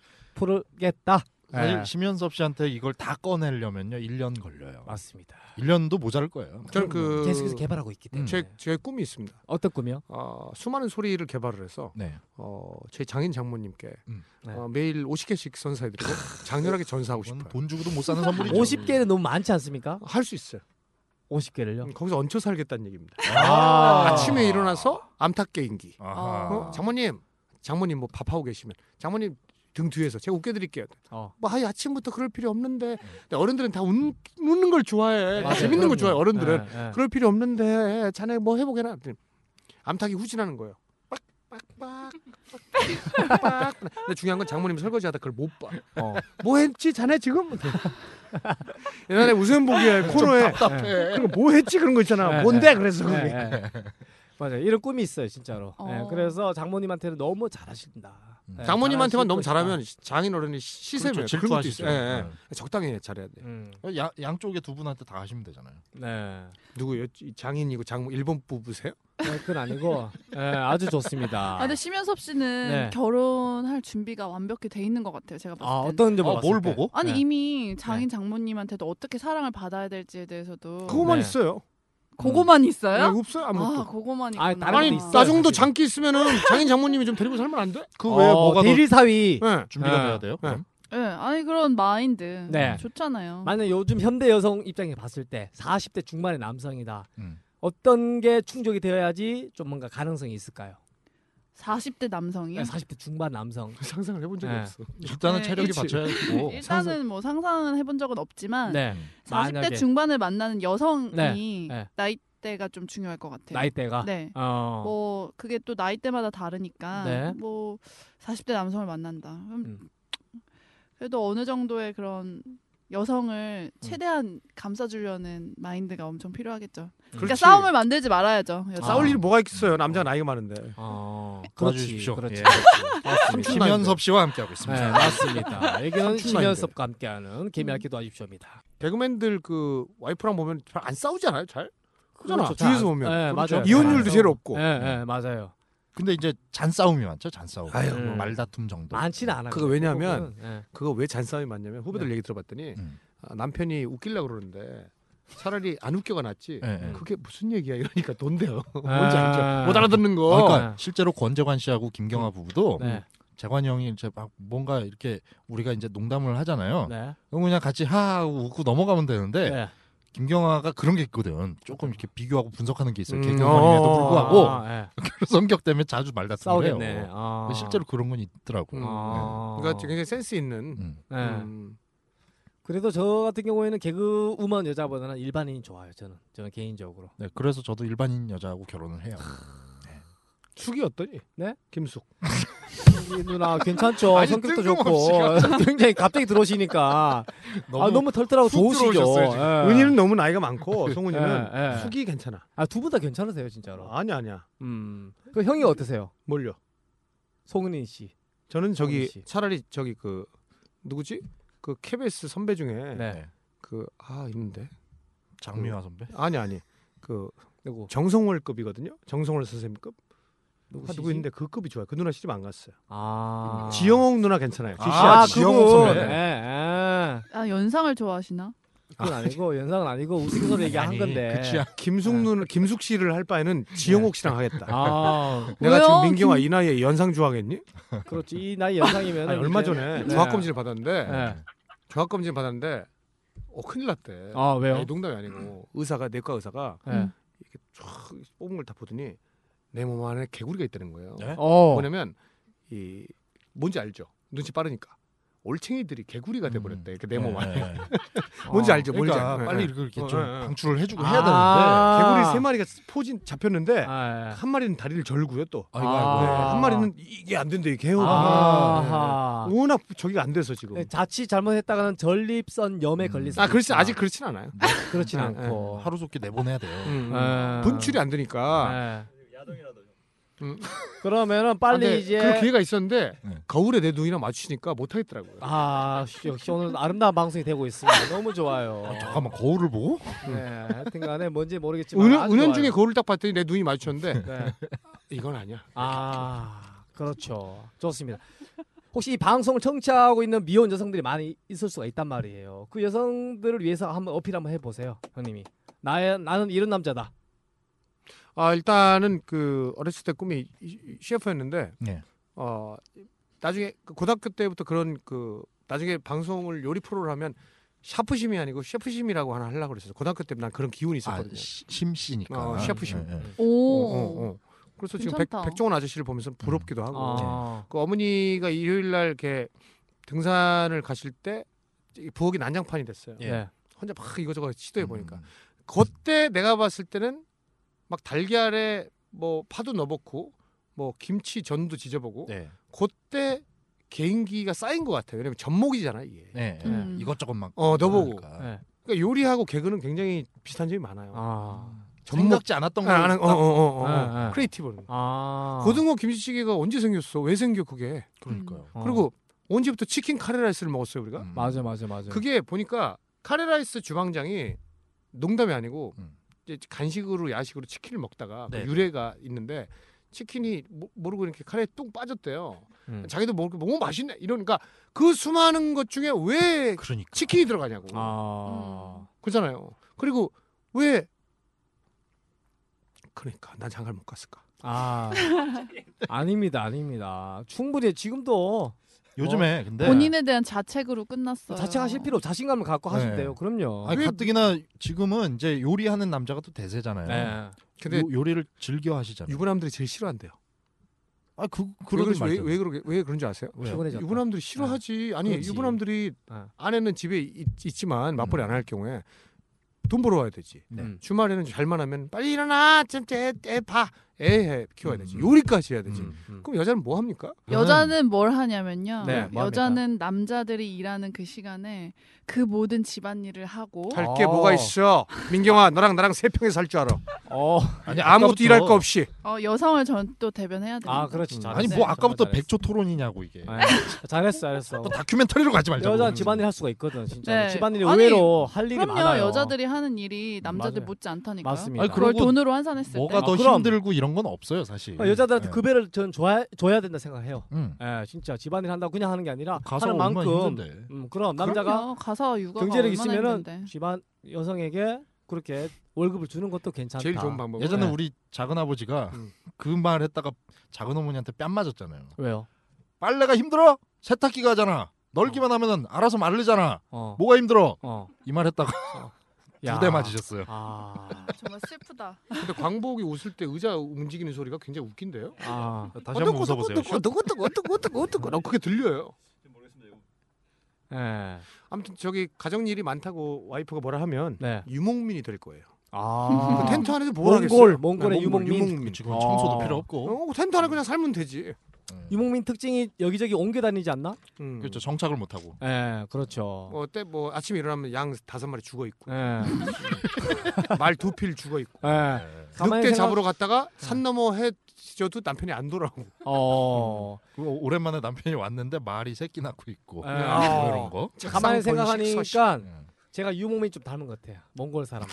C: 풀겠다. 네.
H: 사실 심연섭 씨한테 이걸 다 꺼내려면요 1년 걸려요.
C: 맞습니다.
H: 1년도 모자랄 거예요.
F: 저는 그
C: 계속해서 개발하고 있기 때문에.
F: 제, 제 꿈이 있습니다.
C: 어떤 꿈이요?
F: 어, 수많은 소리를 개발을 해서
H: 네.
F: 어, 제 장인 장모님께
H: 음.
C: 네.
F: 어, 매일 50개씩 선사해드리고 장렬하게 전사하고
H: 이건
F: 싶어요.
H: 돈 주고도 못 사는 선물이죠.
C: 50개는 너무 많지 않습니까?
F: 할 수 있어요. 음,
C: 50개를요?
F: 거기서 얹혀 살겠다는 얘기입니다.
C: 음. 아.
F: 아~ 침에 일어나서 암탉개인기.
A: 아하.
F: 어? 장모님, 장모님 뭐 밥하고 계시면 장모님 등 뒤에서 제가 웃겨드릴게요.
C: 어. 네.
F: 뭐 아예 아침부터 그럴 필요 없는데 근데 어른들은 다 웃, 웃는 걸 좋아해. 다
C: 맞아요.
F: 재밌는
C: 그럼요.
F: 걸 좋아해 어른들은.
C: 네, 네.
F: 그럴 필요 없는데 자네 뭐 해보게나. 그랬더니 암탉이 후진하는 거예요. 빡빡빡 빡빡. 근데 중요한 건 장모님 설거지하다 그걸 못 봐.
C: 어.
F: 뭐 했지 자네 지금? 옛날에 웃음 보기에 코너에 그거 뭐 했지 그런 거 있잖아.
C: 네,
F: 뭔데
C: 네.
F: 그래서 그게.
C: 네, 네. 맞아요. 이런 꿈이 있어요, 진짜로.
G: 어.
C: 네, 그래서 장모님한테는 너무 잘하신다. 네,
F: 장모님한테만
C: 잘하실
F: 너무
C: 것이다.
F: 잘하면 장인어른이 시세면
H: 그렇죠,
F: 그런 것도
H: 질투하시죠.
F: 있어요. 예, 예.
H: 네.
F: 적당히 잘해야 돼.
C: 음.
H: 어, 양 양쪽에 두 분한테 다 하시면 되잖아요.
C: 네.
F: 누구요? 이 장인이고 장모 일본 부부세요?
C: 네, 그건 아니고 네, 아주 좋습니다.
G: 아, 근데 심연섭 씨는
C: 네.
G: 결혼할 준비가 완벽히 돼 있는 것 같아요. 제가 봤을
C: 아,
G: 때.
C: 어떤 점을
H: 아,
C: 봤을
H: 뭘
C: 때?
H: 보고?
G: 아니
C: 네.
G: 이미 장인 장모님한테도 어떻게 사랑을 받아야 될지에 대해서도
F: 그거만
C: 네.
F: 있어요.
G: 그거만
F: 네,
G: 있어요?
F: 없어요
G: 아
F: 아무것도.
G: 그거만 있구나. 네.
C: 아니, 다른
F: 아니
C: 것도 있어요,
F: 나중도
C: 사실.
F: 장기 있으면은 장인 장모님이 좀 데리고 살면 안 돼?
H: 그 외에
C: 어,
H: 뭐가 더
C: 대리 사위.
F: 예.
H: 준비가
C: 네.
H: 돼야 돼요?
F: 네.
H: 그럼?
G: 예, 아니 그런 마인드
C: 네.
G: 좋잖아요.
C: 만약 요즘 현대 여성 입장에 봤을 때 40대 중반의 남성이다.
H: 음.
C: 어떤 게 충족이 되어야지 좀 뭔가 가능성이 있을까요?
G: 40대 남성이요.
C: 네, 40대 중반 남성.
F: 상상을 해본 적이
C: 네.
F: 없어.
H: 일단은
G: 네,
H: 체력이
F: 그치.
H: 받쳐야 되고
G: 일단은 뭐 상상은 해본 적은 없지만
C: 네.
G: 40대
C: 만약에
G: 중반을 만나는 여성이
C: 네.
G: 나이대가 좀 중요할 것 같아요.
C: 나이대가
G: 네.
C: 어.
G: 뭐 그게 또 나이대마다 다르니까
C: 네.
G: 뭐 40대 남성을 만난다. 그럼
C: 음.
G: 그래도 어느 정도의 그런 여성을
C: 음.
G: 최대한 감싸주려는 마인드가 엄청 필요하겠죠. 그러니까
F: 그렇지.
G: 싸움을 만들지 말아야죠. 여자.
F: 싸울 일이 뭐가 있겠어요? 남자가 나이가 많은데.
C: 어,
H: 도와주십시오.
C: 그렇지.
H: 예.
C: 맞습니다.
H: 김현섭 씨와 함께하고 있습니다.
C: 네, 맞습니다. 의견
F: 삼촌
C: 심연섭과 함께하는 개미알기 도와주십시오입니다.
F: 개그맨들 그 와이프랑 보면 잘 안 싸우잖아요. 잘. 그잖아.
C: 그렇죠.
F: 뒤에서
C: 잘-
F: 보면.
C: 예,
F: 그렇죠.
C: 맞아요.
F: 이혼율도
C: 잘
F: 제일
C: 싸우-
F: 없고.
C: 예, 예, 맞아요.
H: 근데 이제 잔싸움이 많죠. 잔싸움.
F: 아유,
H: 뭐
C: 음.
H: 말다툼 정도.
C: 많지는 않아요.
F: 그거 왜냐하면
C: 대부분은, 예.
F: 그거 왜 잔싸움이 많냐면 후배들
C: 네.
F: 얘기 들어봤더니
H: 음.
F: 아, 남편이 웃기려고 그러는데 차라리 안 웃겨가 낫지.
H: 예, 예.
F: 그게 무슨 얘기야 이러니까 돈대요. <laughs> 뭔지
C: 네, 아.
F: 알죠? 못 알아듣는 거.
H: 아, 그러니까
C: 네.
H: 실제로 권재관 씨하고 김경아 부부도
C: 네.
H: 재관 형이 이제 막 뭔가 이렇게 우리가 이제 농담을
F: 음.
H: 하잖아요.
C: 네.
H: 그럼 그냥 같이 하하 웃고 넘어가면 되는데
C: 네.
H: 김경아가 그런 게 있거든. 조금 이렇게 비교하고 분석하는 게 있어요.
F: 음,
H: 개그맨에도
F: 어.
H: 불구하고
C: 아, 예.
H: 그런 <laughs> 성격 때문에 자주 말다툼을 해요.
C: 싸우겠네. 아.
H: 실제로 그런 건 있더라고요.
F: 음.
C: 아.
F: 그러니까 굉장히 센스 있는.
H: 음.
C: 예.
F: 음.
C: 그래도 저 같은 경우에는 개그우먼 여자보다는 일반인이 좋아요. 저는 저는 개인적으로.
H: 네, 그래서 저도 일반인 여자하고 결혼을 해요.
C: 아,
F: 숙이 어떠니?
C: 네?
F: 김숙.
C: 이 누나 괜찮죠.
F: 아니,
C: 성격도
F: 뜬금없이
C: 좋고 <laughs> 굉장히 갑자기 들어오시니까 아 너무 털털하고
H: 훅
C: 좋으시죠.
H: 들어오셨어요, 지금.
C: 예.
F: 은희는 너무
C: <laughs>
F: 나이가 많고 송은이는
C: 예, 예.
F: 숙이 괜찮아.
C: 아, 두 분 다 괜찮으세요, 진짜로.
F: 아니야 아니야.
C: 음. 그 형이 어떠세요?
F: 뭘요?
C: 송은인 씨.
F: 저는
C: 송은희
F: 저기
C: 씨.
F: 차라리 저기 그 누구지? 그 KBS 선배 중에
C: 네.
F: 그 아 있는데
H: 장미화 선배.
F: 아니 아니 그
C: 누구?
F: 정성월급이거든요. 정성월 선생님급.
C: 누구?
F: 아, 누구 있는데 그 급이 좋아요. 그 누나 시집 안 갔어요. 음,
C: 아.
F: 지영옥 누나 괜찮아요.
H: 아,
C: 아,
F: GCR 지영옥
C: 그분.
F: 선배.
C: 예. 예.
G: 아 연상을 좋아하시나?
C: 그건 아니고 연상은 아니고 우스갯소리 얘기한
H: 아니,
C: 건데.
H: 그 취향.
F: <laughs> 김숙 누나 김숙 씨를 할 바에는 지영옥 씨랑 하겠다.
C: 아,
F: 내가
G: 왜요?
F: 지금 민경아 이 나이에 연상 좋아하겠니?
C: 그렇지. 이 나이 연상이면
F: 아니, 얼마 전에
C: 네.
F: 조학 검진을 받았는데
H: 네.
C: 예.
F: 조학 검진 받았는데 어 큰일 났대.
C: 아, 왜요?
F: 아니, 농담이 아니고 의사가 내과 의사가
C: 예.
F: 촥 뽑은 걸 다 보더니 내 몸 안에 개구리가 있다는 거예요.
H: 네?
C: 어.
F: 뭐냐면 이 뭔지 알죠? 눈치 빠르니까 올챙이들이 개구리가 돼버렸대. 이렇게 내 몸
H: <laughs>
F: 안에.
H: 네, 네.
F: 뭔지
C: 어.
F: 알죠? 뭔지
H: 그러니까
F: 알죠?
H: 빨리
F: 네.
H: 이렇게
F: 어,
H: 좀
F: 예, 예.
H: 방출을 해주고
C: 아.
H: 해야 되는데.
F: 개구리 세 마리가 포진 잡혔는데
C: 아, 예.
F: 한 마리는 다리를 절고요 또.
H: 아이고,
C: 아.
F: 네,
H: 아이고.
F: 한 마리는 이게 안 된대 이게 개요.
C: 아하.
F: 워낙 저기가 안 돼서 지금.
C: 네, 자칫 잘못했다가는 전립선 염에
H: 음.
C: 걸릴 수
F: 아 그렇지
C: 있구나.
F: 아직 그렇진 않아요.
C: 그렇진
F: 네,
C: 않고.
H: 어, 하루속히 내보내야 돼요.
F: 음, 음.
C: 예.
F: 분출이 안 되니까.
C: 예.
I: 야동이라도 좀.
C: 그러면은
F: 아,
C: 빨리
F: 근데
C: 이제
F: 그런 기회가 있었는데
H: 네.
F: 거울에 내 눈이랑 마주치니까 못 하겠더라고요.
C: 아 씨, 역시 오늘 아름다운 방송이 되고 있습니다. 너무 좋아요.
H: 아, 잠깐만 거울을 보고?
F: 어,
C: 네, 하여튼간에 뭔지 모르겠지만
F: 음. 은연,
C: 아주
F: 은연
C: 좋아요.
F: 중에 거울을 딱 봤더니 내
H: <laughs>
F: 눈이 마주쳤는데
C: 네.
F: 이건 아니야.
C: 아 그렇죠 좋습니다 혹시 이 방송을 청취하고 있는 미혼 여성들이 많이 있을 수가 있단 말이에요 그 여성들을 위해서 한번 어필 한번 해보세요 형님이 나의, 나는 이런 남자다
F: 아 일단은 그 어렸을 때 꿈이 셰프였는데
H: 네.
F: 어 나중에 그 고등학교 때부터 그런 그 나중에 방송을 요리 프로를 하면 샤프심이 아니고 셰프심이라고 하나 하려고 그랬어요. 고등학교 때 난 그런
H: 아,
F: 기운이 있었거든요.
H: 시- 심씨니까.
F: 어, 셰프심.
H: 예, 예.
F: 어,
G: 오.
F: 어, 어. 그래서 지금 백,
G: 괜찮다.
F: 백종원 아저씨를 보면서 부럽기도 하고
C: 아.
F: 그 어머니가 일요일 날 이렇게 등산을 가실 때 부엌이 난장판이 됐어요.
H: 예.
C: 네.
F: 혼자 막 이거저거 시도해 보니까
H: 음.
F: 그때 내가 봤을 때는 막 달걀에 뭐 파도 넣어놓고 뭐 김치 전도 지져보고
H: 네.
F: 그때 개인기가 쌓인 것 같아요. 왜냐면 전목이잖아 이게.
H: 네. 예.
G: 음.
H: 이것저것 막.
F: 어, 넣어보고.
H: 그러니까.
C: 네.
F: 그러니까 요리하고 개그는 굉장히 비슷한 점이 많아요.
C: 아.
H: 생각지 않았던 거.
F: 아, 나는 어어어 어, 어,
H: 아.
C: 예, 예.
F: 크리에이티브는.
C: 아.
F: 고등어 김치찌개가 언제 생겼어? 왜 생겨 그게?
H: 그러니까요.
C: 어.
F: 그리고 언제부터 치킨 카레라이스를 먹었어요 우리가?
H: 음.
C: 맞아 맞아 맞아.
F: 그게 보니까 카레라이스 주방장이 농담이 아니고
H: 음.
F: 이제 간식으로 야식으로 치킨을 먹다가 그
H: 네.
F: 유래가 있는데 치킨이 모, 모르고 이렇게 카레에 똥 빠졌대요.
C: 음.
F: 자기도 먹을 게 너무 맛있네 이러니까 그 수많은 것 중에 왜
H: 그러니까.
F: 치킨이 들어가냐고
C: 아.
F: 그러잖아요. 그리고 왜 그러니까 난 장가를 못 갔을까?
C: 아. 아닙니다. 아닙니다. 충분히 지금도
H: 요즘에
F: 어.
H: 근데
G: 본인에 대한 자책으로 끝났어요.
C: 자책하실 필요 없- 자신감을 갖고 하시면
H: 네.
C: 돼요. 그럼요.
H: 아니, 가뜩이나 지금은 이제 요리하는 남자가 또 대세잖아요.
C: 네.
F: 근데
H: 요, 요리를 즐겨 하시잖아요.
F: 유부남들이 제일 싫어한대요.
H: 아, 그
F: 왜,
H: 그러지
F: 그러지? 왜,
H: 말죠.
F: 왜 그러게 왜 그런지 아세요?
H: 왜요?
C: 피곤해졌다.
F: 유부남들이 싫어하지.
H: 네.
F: 아니
C: 그렇지.
F: 유부남들이
C: 아.
F: 아내는 집에 있, 지만 맞벌이
H: 음.
F: 안 할 경우에 돈 벌어와야 되지.
H: 네.
C: 음.
F: 주말에는 잘만 하면 빨리 일어나 좀애봐애 키워야 되지.
H: 음.
F: 요리까지 해야 되지.
H: 음.
F: 그럼 여자는 뭐 합니까?
G: 여자는 뭘 하냐면요.
C: 네, 뭐
G: 여자는 남자들이 일하는 그 시간에 그 모든 집안일을 하고
F: 할 게
C: 아.
F: 뭐가 있어? 민경아 너랑 나랑 세 평에 살 줄 알아.
C: 어.
H: 아니
F: 아무것도
H: 네, 아까부터-
F: 일할 거 없이.
G: 어, 여성을 전 또 대변해야 돼요.
C: 아, 그렇지. 잘했어.
H: 아니 뭐 아까부터
C: 정말
H: 백조 토론이냐고 이게.
F: 아.
C: 잘했어. 예. 잘했어. 잘했어.
H: 또 다큐멘터리로 가지 말자.
C: 여자는 집안일 할 수가 있거든. 진짜.
G: 네.
C: 집안일이
G: 아니,
C: 의외로 할 일이
G: 그럼요.
C: 많아요.
G: 여자들이 하는 일이 남자들
C: 맞아요.
G: 못지 않다니까요.
C: 맞습니다.
H: 아니, 그럼-
G: 그걸
H: 그러고
G: 돈으로 환산했을
H: 뭐가
G: 때
H: 더
C: 아, 그럼.
H: 힘들고 이런 건 없어요 사실.
C: 그러니까 여자들한테
H: 예.
C: 급여를 전 줘야, 줘야 된다 생각해요.
H: 음.
C: 예, 진짜 집안일 한다고 그냥 하는 게 아니라
H: 가서
C: 하는
H: 얼마나
C: 만큼
H: 힘든데.
C: 음, 그럼 남자가
G: 그럼요. 가사 육아가
C: 경제력
G: 얼마나
C: 있으면은
G: 힘든데.
C: 집안 여성에게 그렇게 월급을 주는 것도 괜찮다.
F: 제일 좋은 방법.
H: 예전에
C: 네.
H: 우리 작은 아버지가
F: 음.
H: 그 말 했다가 작은 어머니한테 뺨 맞았잖아요.
C: 왜요?
H: 빨래가 힘들어? 세탁기가 하잖아. 널기만 하면은 알아서 마르잖아.
C: 어.
H: 뭐가 힘들어?
C: 어.
H: 이 말 했다가 두
C: 야.
H: 대 맞으셨어요.
C: 아.
G: 정말 슬프다.
F: 근데 광복이 웃을 때 의자 움직이는 소리가 굉장히 웃긴데요. <laughs>
C: 아.
H: 다시 한번 웃어보세요.
F: 어떡 어떡 어떡 어떡 어떡 어떡 그게 들려요.
I: 모르겠습니다. 이거.
C: 예.
F: 아무튼 저기 가정 일이 많다고 와이프가 뭐라 하면
C: 네.
F: 유목민이 될 거예요.
C: 아.
F: 그 텐트 안에서 뭘
C: 몽골
F: 하겠어요?
C: 몽골의
F: 네,
C: 유목민.
H: 지금 청소도
C: 아.
H: 필요 없고. 네.
F: 어, 텐트 안에 그냥 살면 되지.
C: 유목민 특징이 여기저기 옮겨 다니지 않나?
F: 음.
H: 그렇죠. 정착을 못 하고.
C: 예, 그렇죠.
F: 어, 때뭐 아침에 일어나면 양 다섯 마리 죽어 있고
C: 예.
F: 말 두 필 죽어 있고
C: 예.
H: 네.
C: 가만히
F: 늑대
C: 생각- 네.
F: 잡으러 갔다가 산 넘어 해져도 남편이 안 돌아오고
C: 어.
H: 그리고 오랜만에 남편이 왔는데 말이 새끼 낳고 있고.
C: 예.
H: 뭐 이런 거.
C: <laughs> 가만히 <laughs> 생각하니까
H: 음.
C: 제가 유목민 좀 닮은 것 같아요. 몽골 사람.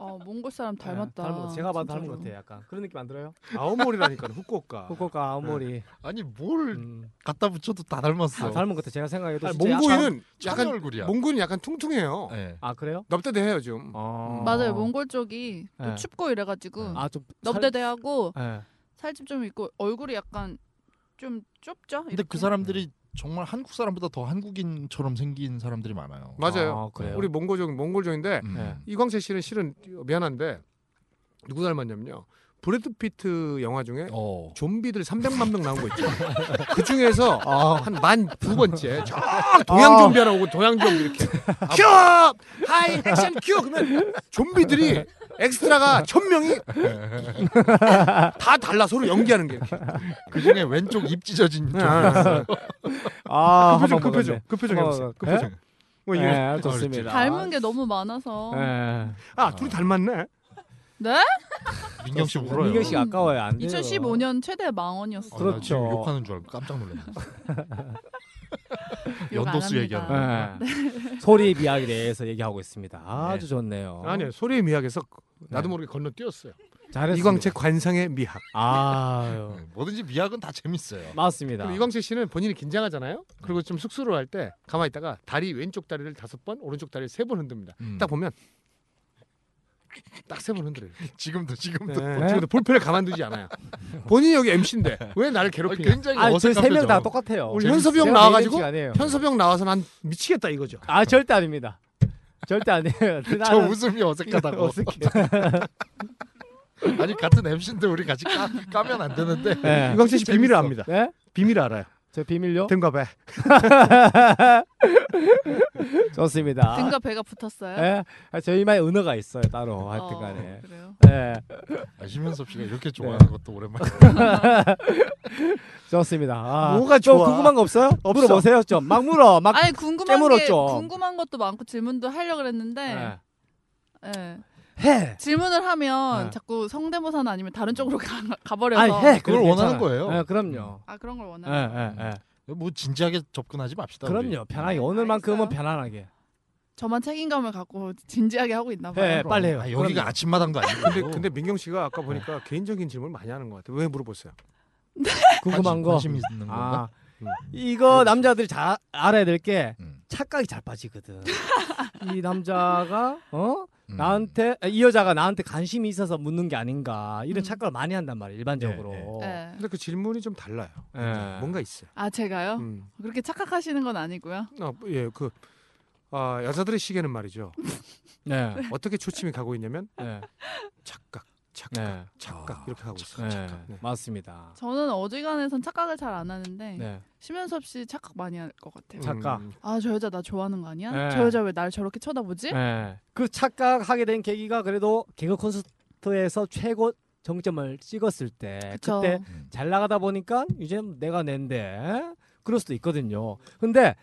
G: 어, 몽골 사람 닮았다.
C: 예, 닮은 것- 제가 봐도 닮은
G: 진짜로.
C: 것 같아요. 약간 그런 느낌 안 들어요?
F: 아오모리라니까 후쿠오카.
C: 후쿠오카
F: 네.
C: 아오모리.
H: 아니 뭘
C: 음.
H: 갖다 붙여도 다 닮았어.
C: 아, 닮은 것 같아. 제가 생각해도
F: 아니,
C: 진짜 약간-
F: 몽고인은
H: 천
F: 약간
H: 얼굴이야.
F: 몽고는 약간 퉁퉁해요.
H: 예.
C: 아 그래요?
F: 넙대대해요 좀.
C: 어.
G: 맞아요. 몽골 쪽이 또
C: 네.
G: 춥고 이래가지고
C: 아좀
G: 넙대대하고
C: 예.
G: 살집 좀 있고 얼굴이 약간 좀 좁죠.
H: 근데 그
C: 네.
H: 사람들이 정말 한국 사람보다 더 한국인처럼 생긴 사람들이 많아요.
F: 맞아요.
C: 아, 그래요.
F: 우리 몽고족 몽골족인데
H: 음.
C: 네.
F: 이광재 씨는 실은 미안한데 누구 닮았냐면요. 브래드 피트 영화 중에
H: 어.
F: 좀비들 300만 명 나온 거 있죠. 그 중에서
C: 아.
F: 한 만 두 번째 저 동양 좀비 하나 오고 동양 좀비 이렇게 큐 하이 액션 큐 그러면 좀비들이 엑스트라가 천 명이 다 달라 서로 연기하는 게 이렇게.
H: 그 중에 왼쪽 입 찢어진
F: 네.
H: 좀.
C: 아 한번
F: 그 급표정 급표정
C: 한번 먹었네.
F: 해보세요. 급표정. 뭐
C: 먹었네.
F: 이게
C: 예, 좋습니다.
G: 닮은 게 너무 많아서
C: 예.
F: 아 둘이 닮았네.
G: 네?
H: 민경 씨 울어요.
C: 민경 씨 아까워요. 안 돼요.
G: 2015년 최대 망언이었어.
H: 아,
G: 요
H: 나
C: 그렇죠.
H: 지금 욕하는 줄 알고 깜짝 놀랐네.
C: 그렇죠.
G: 욕안
H: 연도수
G: 합니다.
H: 얘기하는 거.
C: 예. 소리의 미학에 대해서 얘기하고 있습니다. 아주 좋네요.
F: 네. 아니요 소리의 미학에서 나도
C: 어. 네.
F: 모르게 건너뛰었어요.
C: 잘했습니다.
F: 이광재 관상의 미학.
C: 아유.
H: 네. 뭐든지 미학은 다 재밌어요.
C: 맞습니다.
F: 그리고 이광재 씨는 본인이 긴장하잖아요. 그리고 좀 쑥스러워할 때 가만히 있다가 다리 왼쪽 다리를 다섯 번, 오른쪽 다리를 세 번 흔듭니다.
H: 음.
F: 딱 보면 딱 세 번 흔들어요.
H: 지금도 지금도
F: 네. 지금도 볼펜을 가만두지 않아요. 본인이 여기 MC인데 왜 나를
H: 아니,
F: 괴롭히냐?
H: 굉장히
C: 아, 저희
H: 어색한
C: 세 명 다
H: 표정.
C: 똑같아요.
F: 우리 현섭이 형
C: 제가 매일
F: 나와가지고?
C: MC 가 아니에요.
F: 현섭형 나와서 난 미치겠다 이거죠.
C: 아 절대 아닙니다. 절대
F: <laughs>
C: 아니에요.
H: 저
C: 나는-
H: 웃음이 어색하다고.
C: 어색해.
H: <laughs> 아니 같은 MC인데 우리 같이 까, 까면 안 되는데.
C: <laughs> 네.
F: 유광철 씨 비밀을
H: 재밌어. 어?
F: 압니다.
C: 네?
F: 비밀을 알아요.
C: 제 비밀요?
F: 등과 배.
C: 좋습니다.
G: 등과 배가 붙었어요.
C: 예. 아, 저희만의 은어가 있어요 따로 하여튼간에.
G: 어, 그래요.
C: 예.
H: 아, 심현섭 씨가
C: 네.
H: 이렇게 좋아하는 것도 오랜만에.
C: 좋습니다. 아,
F: 뭐가
C: 좀
F: 좋아?
C: 궁금한 거 없어요?
F: 없어.
C: 물어보세요 좀. 막 물어. 막.
G: 아니 궁금한 게
C: 깨물었죠.
G: 궁금한 것도 많고 질문도 하려고 그랬는데
C: 예.
G: 예.
C: 해.
G: 질문을 하면
C: 예.
G: 자꾸 성대모사나 아니면 다른 쪽으로 가, 가버려서
C: 아니 해.
H: 그걸
C: 그럼
H: 원하는
C: 괜찮아요.
H: 거예요. 음.
C: 예, 그럼요.
G: 아, 그런 걸
C: 예,
G: 원하는
C: 예, 예.
H: 뭐 진지하게 접근하지 맙시다. 우리.
C: 그럼요. 편하게
G: 음. 알겠어요.
C: 오늘만큼은 편안하게.
G: 저만 책임감을 갖고 진지하게 하고 있나 봐요.
C: 해. 빨리 해요.
H: 아, 여기가
C: 그럼요.
H: 아침마당도 아니고.
F: 근데 근데 민경 씨가 아까
H: 네.
F: 보니까 개인적인 질문을 많이 하는 것 같아요. 왜 물어보세요?
C: 궁금한 거.
H: 관심 있는 건가?
C: 아. 이거 남자들이 잘 알아야 될 게
H: 음.
C: 착각이 잘
G: <laughs>
C: 빠지거든. 이 남자가 어?
H: 음.
C: 나한테 아, 이 여자가 나한테 관심이 있어서 묻는 게 아닌가 이런
G: 음.
C: 착각을 많이 한단 말이에요 일반적으로
G: 예.
F: 근데 그 질문이 좀 달라요.
H: 네.
C: 예.
F: 뭔가 있어요.
G: 아 제가요?
F: 음.
G: 그렇게 착각하시는 건 아니고요.
F: 아, 예, 그 아, 여자들의 시계는 말이죠.
C: 네.
F: 어떻게 초침이 가고 있냐면
G: <laughs>
C: 네.
F: 착각, 착각,
C: 네.
F: 착각 이렇게 하고 있어요.
C: 네.
F: 착각. 네.
C: 맞습니다
G: 저는 어지간해선 착각을 잘 안 하는데
C: 네.
G: 심연섭 씨 착각 많이 할 것 같아요.
C: 착각.
F: 음,
G: 아 저 여자 나 좋아하는 거 아니야?
C: 네.
G: 저 여자 왜 날 저렇게 쳐다보지?
C: 네. 그 착각하게 된 계기가 그래도 개그 콘서트에서 최고 정점을 찍었을 때
G: 그쵸.
C: 그때 잘 나가다 보니까 이제 내가 낸데 그럴 수도 있거든요. 근데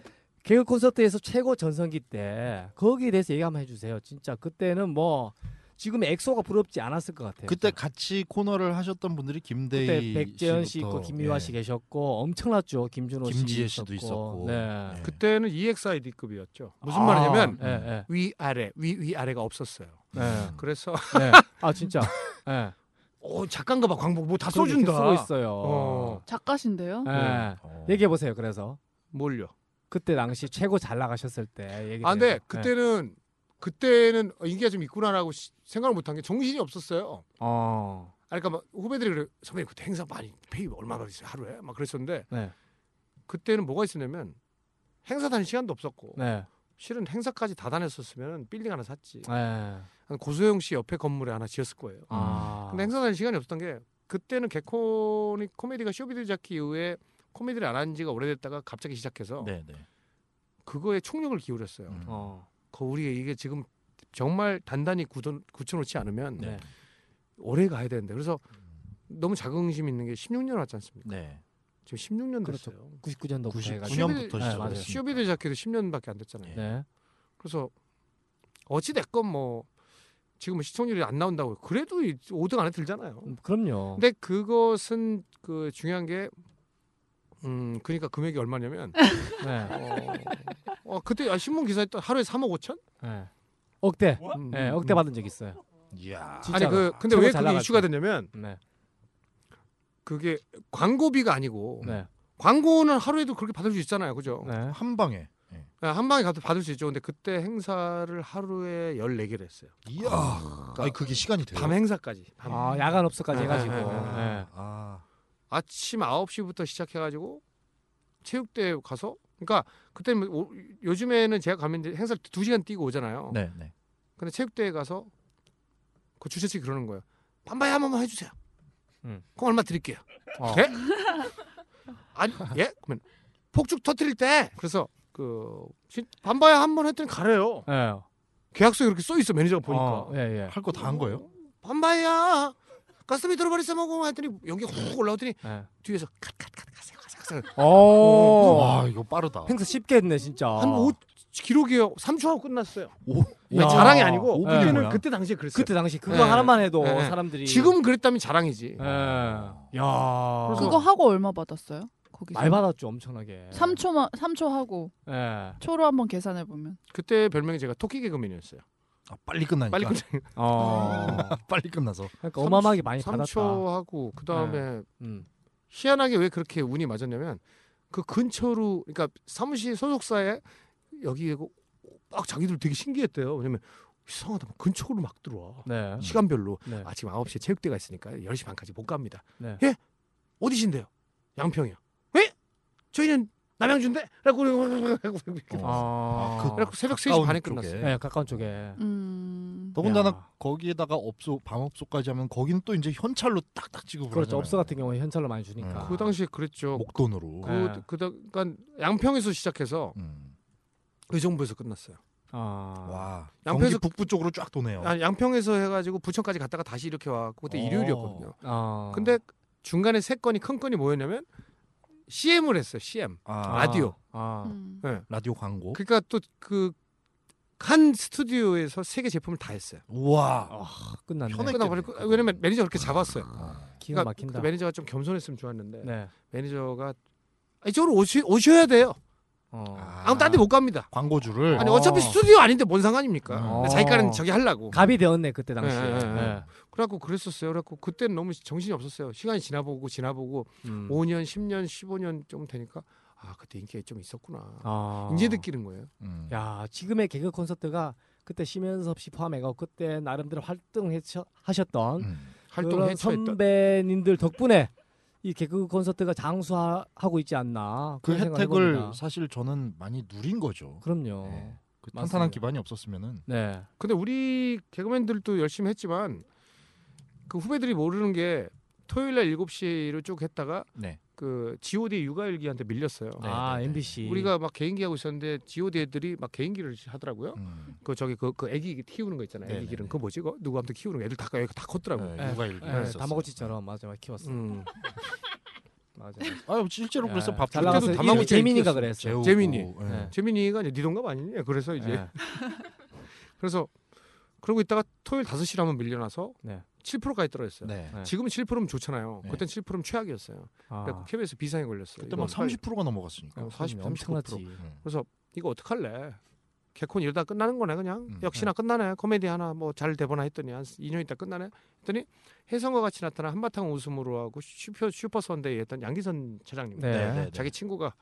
C: 개그 콘서트에서 최고 전성기 때 거기에 대해서 얘기 한번 해주세요. 진짜 그때는 뭐 지금 엑소가 부럽지 않았을 것 같아요.
H: 그때 같이 코너를 하셨던 분들이 김대희
C: 네, 그때 백재현 씨
H: 씨부터,
C: 있고 김미화
H: 예.
C: 씨 계셨고 엄청났죠. 김준호
H: 김지혜
C: 씨
H: 씨도 있었고.
C: 네.
H: 예. 음.
F: 그때는 E EXID급이었죠. 무슨
C: 아,
F: 말이냐면
C: 예, 예,
F: 위 아래, 위 위 아래가 없었어요.
C: 예.
F: 그래서
C: <laughs> 예. 아 진짜. 예.
F: 오 작가인가 봐 광복 뭐 다
C: 그렇게
F: 써준다.
C: 쓰고 있어요.
F: 어.
G: 작가신데요.
C: 예.
H: 어.
C: 얘기해 보세요. 그래서
F: 뭘요?
C: 그때 당시 최고 잘 나가셨을 때 얘기. 예.
F: 아, 근데 그때는 그때는 어, 인기가 좀 있구나라고 시- 생각을 못한 게 정신이 없었어요.
C: 어.
F: 아, 그러니까 막 후배들이 그래 선배님 그때 행사 많이 페이 얼마 받으세요 하루에 막 그랬었는데
C: 네.
F: 그때는 뭐가 있었냐면 행사 다닐 시간도 없었고
C: 네.
F: 실은 행사까지 다 다녔었으면 빌딩 하나 샀지.
C: 예.
F: 한 고소영 씨 옆에 건물에 하나 지었을 거예요.
C: 아.
F: 근데 행사 다닐 시간이 없었던 게 그때는 개콘이 코미디가 쇼비드 자키 이후에 코미디를 안 한 지가 오래됐다가 갑자기 시작해서
H: 네, 네.
F: 그거에 총력을 기울였어요.
H: 음.
C: 어.
F: 그 우리 이게 지금 정말 단단히 굳어, 굳혀놓지 않으면
H: 네.
F: 오래 가야 되는데 그래서 너무 자긍심 있는 게 16년 왔지 않습니까?
H: 네.
F: 지금 16년
C: 그렇죠.
F: 됐어요.
C: 99년도 부터 해가지고.
H: 99년부터
C: 네, 맞아요.
H: 시작했어요.
F: 쇼비드 자켓도 10년밖에 안 됐잖아요.
H: 예.
C: 네.
F: 그래서 어찌 됐건 뭐 지금 은 시청률이 안 나온다고 그래도 이 5등 안에 들잖아요.
C: 음, 그럼요.
F: 근데 그것은 그 중요한 게 음, 그러니까 금액이 얼마냐면
C: 네.
F: 어, 어, 그때 아, 신문 기사에 또 하루에 3억 5천?
C: 네. 억대.
F: 음,
C: 네,
F: 음,
C: 억대
F: 음.
C: 받은 적 있어요.
H: 이야.
F: 아니
C: 진짜로.
F: 그 근데
C: 최고
F: 왜
C: 잘
F: 그게
C: 나갈
F: 이슈가
C: 때.
F: 됐냐면
C: 네.
F: 그게 광고비가 아니고
C: 네.
F: 광고는 하루에도 그렇게 받을 수 있잖아요. 그죠?
C: 네.
H: 한 방에.
F: 아, 한 방에 가도 받을 수 있죠. 근데 그때 행사를 하루에 14개를 했어요.
H: 이야. 아니 그게 시간이 돼요.
F: 밤 행사까지. 밤.
C: 아, 야간 업소까지 해 가지고.
F: 네, 네, 네,
C: 네.
H: 아.
F: 아침 9시부터 시작해가지고 체육대회 가서 그러니까 그때 는 요즘에는 제가 가면 이제 행사를 2시간 뛰고
C: 어.
F: 오잖아요.
H: 네, 네.
F: 근데 체육대회 가서 그 주최측이 그러는 거예요. 반바이 한 번만 해주세요.
C: 음.
F: 그럼 얼마 드릴게요.
C: 어.
F: 예?
C: <laughs>
F: 아니 예? 그러면 폭죽 터트릴 때 그래서 그 진- 반바이 한 번 했더니 가래요.
C: 네.
F: 계약서에 그렇게 써 있어 매니저가 보니까.
C: 어, 예, 예.
H: 할 거 다 한 거예요?
F: 반바야 가슴이 들어버리 써먹어 했더니 연기 훅 올라오더니
C: 네.
F: 뒤에서 갓갓갓 가세요 가세요 가세요
C: 오.
H: 와, 이거 빠르다.
C: 행사 쉽게 했네, 진짜.
F: 한 5, 기록이요 3초 하고 끝났어요
H: 오.
C: 야.
F: 아니, 자랑이 아니고 예.
H: 오분이
F: 그때는
H: 뭐야?
F: 그때 당시에 그랬어요
C: 그때 당시 그거
F: 네.
C: 하나만 해도
F: 네, 네.
C: 사람들이
F: 지금 그랬다면 자랑이지
C: 예. 야.
F: 그래서-
G: 그거 하고 얼마 받았어요? 거기서
C: 어. 말 받았죠, 엄청나게.
G: 3초만 3초 하고
C: 예.
G: 초로 한번 계산해 보면
F: 그때 별명이 제가 토끼 개그맨이었어요
H: 아, 빨리 끝나니까.
F: 빨리 끝나요
C: 어.
H: <laughs> 빨리 끝나서.
C: 그러니까 어마어마하게 그러니까 많이
F: 3초
C: 받았다.
F: 하고 그 다음에
C: 음.
F: 희한하게 왜 그렇게 운이 맞았냐면 그 근처로 그러니까 사무실 소속사에 여기 이거 막 자기들 되게 신기했대요 왜냐면 이상하다 막 근처로 막 들어와
C: 네.
F: 시간별로
C: 네.
F: 아 지금 9시에 체육대가 있으니까 10시 반까지 못 갑니다.
C: 네.
F: 예? 어디신데요? 양평이요. 예? 저희는
E: 남양주인데? 라고 이렇게
C: 아,
E: 그- 그래갖고 새벽 3시
H: 가까운
E: 반에
H: 쪽에.
E: 끝났어요.
C: 네, 가까운 쪽에.
G: 음.
H: 더군다나
C: 야.
H: 거기에다가 업소 밤업소까지 하면 거긴 또 이제 현찰로 딱딱 지급을
C: 그렇죠.
H: 하잖아요.
C: 업소 같은 경우에 현찰로 많이 주니까.
F: 그 당시에 그랬죠.
H: 목돈으로.
C: 네.
F: 그, 그다, 그러니까 양평에서 시작해서
H: 음.
F: 의정부에서 끝났어요.
C: 아.
H: 와. 경기
F: 양평에서-
H: 북부 쪽으로 쫙 도네요.
C: 어.
F: 아, 양평에서 해가지고 부천까지 갔다가 다시 이렇게 와갖고 그때
H: 어.
F: 일요일이었거든요.
C: 아.
F: 근데 중간에 세 건이 큰 건이 뭐였냐면 CM을 했어요. CM
H: 아,
F: 라디오.
C: 아.
G: 음.
H: 라디오 광고.
F: 그러니까 또 그 한 스튜디오에서 세 개 제품을 다 했어요.
H: 우와.
C: 아, 끝났네. 아,
H: 현에-
F: 끝나버리고 왜냐면 매니저 가 그렇게 잡았어요.
C: 기가
F: 그러니까 그
C: 막힌다.
F: 매니저가 좀 겸손했으면 좋았는데
C: 네.
F: 매니저가 이쪽으로 오시, 오셔야 돼요.
C: 어.
F: 아무 딴 데 못 갑니다.
H: 광고주를
F: 아니
C: 어.
F: 어차피 스튜디오 아닌데 뭔 상관입니까?
C: 어.
F: 자기가는 저기 하려고.
C: 갑이 되었네 그때 당시에.
F: 예, 예, 예.
C: 네.
F: 그래갖고 그랬었어요. 그래갖고 그때는 너무 정신이 없었어요. 시간이 지나보고 지나보고
C: 음.
F: 5년, 10년, 15년 좀 되니까 아 그때 인기가 좀 있었구나.
C: 아.
F: 이제 느끼는 거예요.
H: 음.
C: 야 지금의 개그 콘서트가 그때 심연섭 씨 포함해가 그때 나름대로 활동하셨던
H: 음.
F: 활동
C: 그런
F: 해체했던.
C: 선배님들 덕분에 이 개그 콘서트가 장수하고 있지 않나
H: 그
C: 그런 생각을
H: 혜택을
C: 해봅니다.
H: 사실 저는 많이 누린 거죠.
C: 그럼요.
H: 네. 그
C: 맞습니다.
H: 탄탄한 기반이 없었으면은
C: 네.
F: 근데 우리 개그맨들도 열심히 했지만 그 후배들이 모르는 게 토요일 날 7시로 쭉 했다가
H: 네.
F: 그 G.O.D 육아일기한테 밀렸어요.
H: 네,
C: 아
H: 네, 네.
C: MBC
F: 우리가 막 개인기 하고 있었는데 G.O.D 애들이 막 개인기를 하더라고요.
H: 음.
F: 그 저기 그, 그 애기 키우는 거 있잖아요.
H: 네네네.
F: 애기 기름 그 뭐지? 그 누구 아무튼 키우는 거 애들 다 여기 다 컸더라고요.
H: 네,
C: 예.
H: 육아
C: 예,
H: 일기
C: 다마고치처럼 맞아 맞아 키웠어.
F: 음.
C: 맞아. 맞아.
H: 아 실제로 그래서
C: 예,
H: 밥
C: 잘
H: 줄 때도
C: 나가서
F: 나갔어요.
H: 다마고치
C: 이름이 재민이가
F: 키웠어.
C: 그랬어.
H: 재우고,
F: 재민이.
H: 예.
C: 네.
F: 재민이가 이제 네 동갑 아니냐? 그래서 이제
H: 네.
C: 예.
F: 그래서 그러고 있다가 토요일 5시로 한번 밀려나서
C: 네.
F: 7%까지 떨어졌어요.
H: 네.
C: 네.
F: 지금은 7%면 좋잖아요.
H: 네.
F: 그땐 7%면 최악이었어요.
C: 아,
F: 그래서 KBS 비상에 걸렸어요.
H: 그때 뭐
F: 이거
H: 막
F: 어떡할-
H: 30%가 넘어갔으니까.
F: 어, 40, 35%.
C: 엄청났지.
H: 음.
F: 그래서 이거 어떡할래? 개콘 이러다 끝나는 거네 그냥
H: 음.
F: 역시나 끝나네 코미디 하나 뭐 잘 되보나 했더니 한 2년 있다 끝나네 했더니 해성과 같이 나타나 한바탕 웃음으로 하고 슈퍼 슈퍼 선데이 했던 양기선 차장님
C: 네.
H: 네, 네, 네.
F: 자기 친구가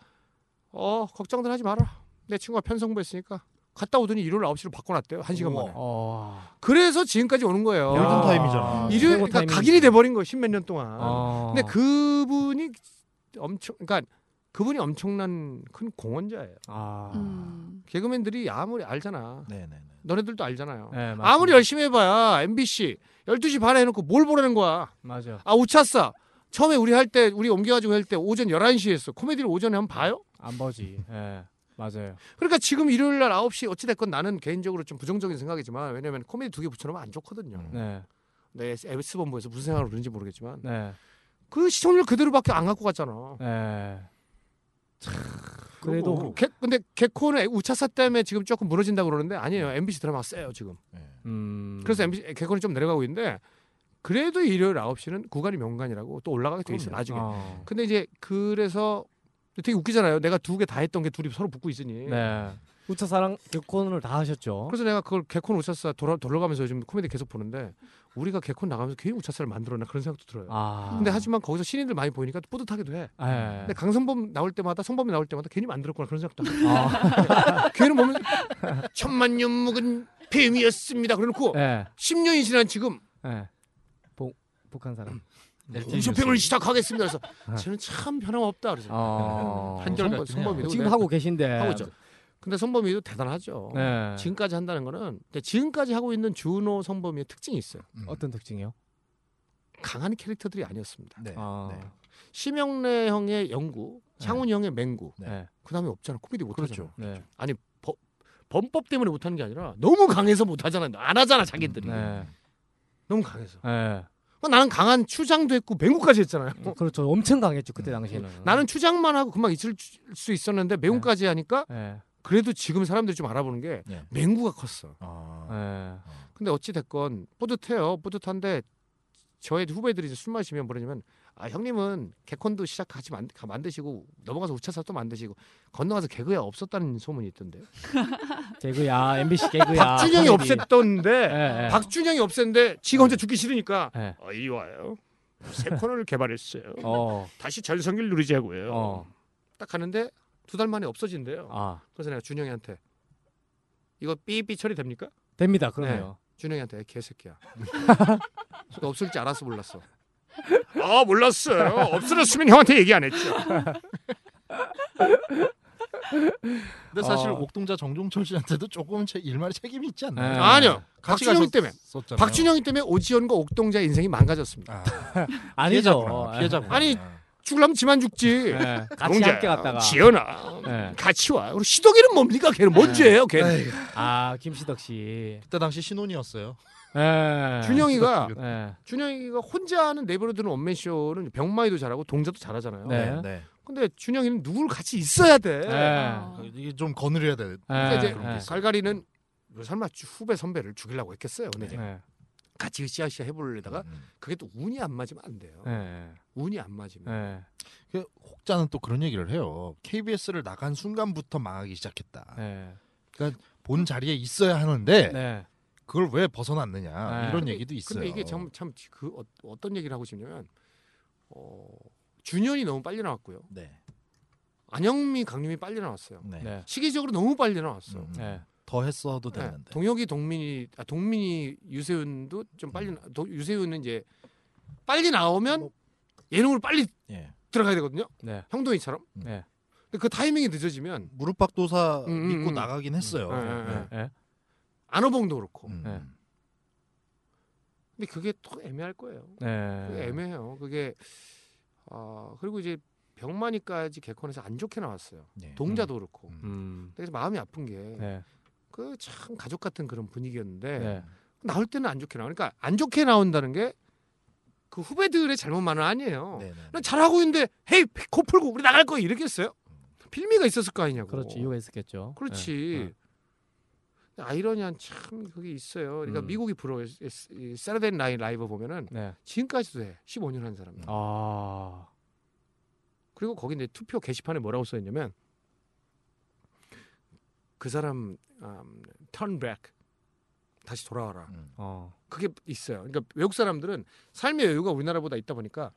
F: 어 걱정들 하지 마라 내 친구가 편성부 했으니까 갔다 오더니 일요일 9시로 바꿔놨대요 한시간
H: 우와.
F: 만에
C: 어.
F: 그래서 지금까지 오는 거예요
H: 골든 타임이잖아.
F: 일요일
C: 최고
F: 그러니까
C: 타이밍이지.
F: 각인이 돼버린 거예요 십몇 년 동안
C: 아.
F: 근데 그분이 엄청 그러니까 그분이 엄청난 큰 공헌자예요
C: 아.
G: 음.
F: 개그맨들이 아무리 알잖아
H: 네, 네, 네.
F: 너네들도 알잖아요.
C: 네, 맞습니다.
F: 아무리 열심히 해봐야 MBC 12시 반에 해놓고 뭘 보라는 거야.
C: 맞아.
F: 아 우차싸. 처음에 우리 할 때 우리 옮겨가지고 할 때 오전 11시에 했어. 코미디를 오전에 한번 봐요?
C: 안 보지. 예. 맞아요.
F: 그러니까 지금 일요일 날 9시 어찌됐건 나는 개인적으로 좀 부정적인 생각이지만 왜냐면 코미디 두 개 붙여놓으면 안 좋거든요.
C: 네.
F: 내 S본부에서 무슨 생각을 그는지 모르겠지만
C: 네.
F: 그 시청률 그대로밖에 안 갖고 갔잖아.
C: 네. 그래도
F: 개- 근데 개코는 우차싸 때문에 지금 조금 무너진다고 그러는데 아니에요. MBC 드라마가 세요 지금.
H: 예,
C: 음.
F: 그래서 MBC 개콘이 좀 내려가고 있는데 그래도 일요일 9시는 구간이 명간이라고 또 올라가게 돼 있어
H: 그럼요.
F: 나중에.
C: 어.
F: 근데 이제 그래서 되게 웃기잖아요. 내가 두 개 다 했던 게 둘이 서로 붙고 있으니.
C: 네. 우차 사랑 개콘을 다 하셨죠.
F: 그래서 내가 그걸 개콘 우차사 돌아 돌아가면서 요즘 코미디 계속 보는데 우리가 개콘 나가면서 괜히 우차사를 만들었나 그런 생각도 들어요.
C: 아.
F: 근데 하지만 거기서 신인들 많이 보이니까 또 뿌듯하기도 해.
C: 예.
F: 근데 강성범 나올 때마다 성범이 나올 때마다 괜히 만들었구나 그런 생각도 하고.
C: 아.
F: 걔는 보면 천만 년 묵은 뱀이었습니다. 그래놓고
C: 예.
F: 10년이 지난 지금
C: 예. 네, 북 북한 사람. 음.
F: 쇼핑을 시작하겠습니다. 그래서 저는 참 변함없다. 그래서
C: 어.
F: 한결
H: 한결같긴 해요.
F: 성범이도
C: 지금
F: 내가
C: 네. 하고 계신데.
F: 하고 있죠. 근데 선범이도 대단하죠.
C: 네.
F: 지금까지 한다는 거는 근데 지금까지 하고 있는 준호 선범이의 특징이 있어요.
H: 음.
C: 어떤 특징이요?
F: 강한 캐릭터들이 아니었습니다.
H: 네.
C: 아.
H: 네.
F: 심영래 형의 영구, 창훈 형의 맹구,
H: 네.
C: 네.
F: 그다음에 없잖아. 코미디 못하죠.
H: 그렇죠.
C: 네.
F: 아니 법- 범법 때문에 못하는 게 아니라 너무 강해서 못하잖아. 안 하잖아 자기들이.
H: 음.
C: 네.
F: 너무 강해서.
C: 예.
F: 그러니까 나는 강한 추장도 했고 맹구까지 했잖아요.
C: 그렇죠. 엄청 강했죠 그때 당시에는.
F: 나는 추장만 하고 금방 잊을 수 있었는데 맹구까지 하니까
C: 예.
F: 그래도 지금 사람들이 좀 알아보는 게
H: 네.
F: 맹구가 컸어.
H: 아.
C: 예.
F: 근데 어찌 됐건 뿌듯해요. 뿌듯한데 저의 후배들이 이제 술 마시면 뭐냐면 아 형님은 개콘도 시작하지 만, 가- 만드시고 넘어가서 우차사 또 만드시고 건너가서 개그야 없었다는 소문이 있던데요.
C: 개그야 MBC 개그야.
F: 박준영이
C: 코미디.
F: 없앴던데
C: 예. 예.
F: 박준영이 없앴는데
C: 네.
F: 지가 혼자 죽기 싫으니까
C: 예.
F: 어, 이리 와요. 새 코너를 개발했어요.
C: 어.
F: 다시 전성기를 누리자고요.
C: 어.
F: 딱 하는데 두 달 만에 없어진대요.
C: 아.
F: 그래서 내가 준영이한테 이거 삐삐 처리됩니까?
C: 됩니다. 그러네요.
F: 준영이한테 "야,
C: <laughs>
F: 개새끼야. 너 없을 줄 알아서 몰랐어. 아 몰랐어요. 없어졌으면 형한테 얘기 안 했죠.
H: 근데 사실
F: 어.
H: 옥동자 정종철 씨한테도 조금 제 일말의 책임이 있지 않나요?
F: 네. 아니요.
H: 같이
F: 박준영이
H: 가서
F: 때문에.
H: 썼잖아요.
F: 박준영이 때문에 오지연과 옥동자의 인생이 망가졌습니다.
H: <laughs>
F: 예.
H: 아니죠. 피해자구나.
F: 아니 죽으려면 지만 죽지.
C: 네. 예. 같이
F: 옥동자,
C: 함께 갔다가.
F: 지연아
C: 네.
F: 같이 와. 우리 시덕이는 뭡니까? 걔는 뭔지예요. 걔.
C: 에이. 아 김시덕 씨. 예.
H: 그때 당시 신혼이었어요.
F: 준영이가 예.
C: 네.
F: 준영이가 혼자 하는 내버려두는 원맨 쇼는 병마이도 잘하고 동자도 잘하잖아요.
C: 네.
H: 네.
F: 근데 준영이는 누굴 같이 있어야 돼.
C: 네.
H: 그 이게 좀 거느려야 돼.
C: 아. 예.
F: 그러니까 아. 이제
H: 아, 그런 게 있어요.
F: 갈갈이는 설마 후배 선배를 죽이려고 했겠어요. 근데 이제
C: 네.
F: 같이 으쌰으쌰 해보려다가
H: 음.
F: 그게 또 운이 안 맞으면 안 돼요.
C: 네.
F: 운이 안 맞으면.
C: 네.
H: 그 혹자는 또 그런 얘기를 해요. KBS를 나간 순간부터 망하기 시작했다.
C: 네.
H: 본 자리에 있어야 하는데
C: 네.
H: 그걸 왜 벗어났느냐
C: 네.
H: 이런
F: 근데-
H: 얘기도 있어요.
F: 근데 이게 참참그 어, 떤 얘기를 하고 싶냐면 어, 준현이 너무 빨리 나왔고요.
H: 네.
F: 안영미, 강림이 빨리 나왔어요.
H: 네.
C: 네.
F: 시기적으로 너무 빨리 나왔어.
H: 음.
C: 네.
H: 더 했어도
F: 네.
H: 됐는데.
F: 동혁이, 동민이, 아, 동민이, 유세윤도 좀 빨리
H: 음.
F: 나, 도, 유세윤은 이제 빨리 나오면 예능으로 빨리
H: 예.
F: 들어가야 되거든요.
C: 네.
F: 형동이처럼.
C: 네.
F: 근데 그 타이밍이 늦어지면
H: 무릎박도사
F: 음, 음,
H: 믿고
F: 음.
H: 나가긴 했어요.
F: 음, 음,
H: 네.
F: 음.
C: 네.
F: 안호봉도 그렇고.
H: 음.
C: 네.
F: 근데 그게 또 애매할 거예요. 그게
C: 네.
F: 애매해요. 그게 아 그리고 이제 병만이까지 개콘에서 안 좋게 나왔어요.
H: 네.
F: 동자도 그렇고.
H: 음.
C: 음.
F: 그래서 마음이 아픈 게
C: 네.
F: 그 참 가족 같은 그런 분위기였는데
C: 네.
F: 나올 때는 안 좋게 나오니까 안 좋게 나온다는 게 그 후배들의 잘못만은 아니에요.
H: 네, 네.
F: 난 잘하고 있는데 헤이 코 풀고 우리 나갈 거야 이러겠어요? 필미가 있었을 거
C: 음.
F: 아니냐고.
C: 그렇지 이유가 있었겠죠.
F: 그렇지. 아이러니한 참 그게 있어요. 그러니까
C: 음.
F: 미국이 부러워요. 세러데이 나이 라이브 보면은
C: 네. 네.
F: 지금까지도 해. 15년 한 사람.
C: 아.
F: 그리고 거기 이제 투표 게시판에 뭐라고 써있냐면 그 사람 um, turn back 다시 돌아와라
H: 음.
C: 어.
F: 그게 있어요. 그러니까 외국 사람들은 삶의 여유가 우리나라보다 있다 보니까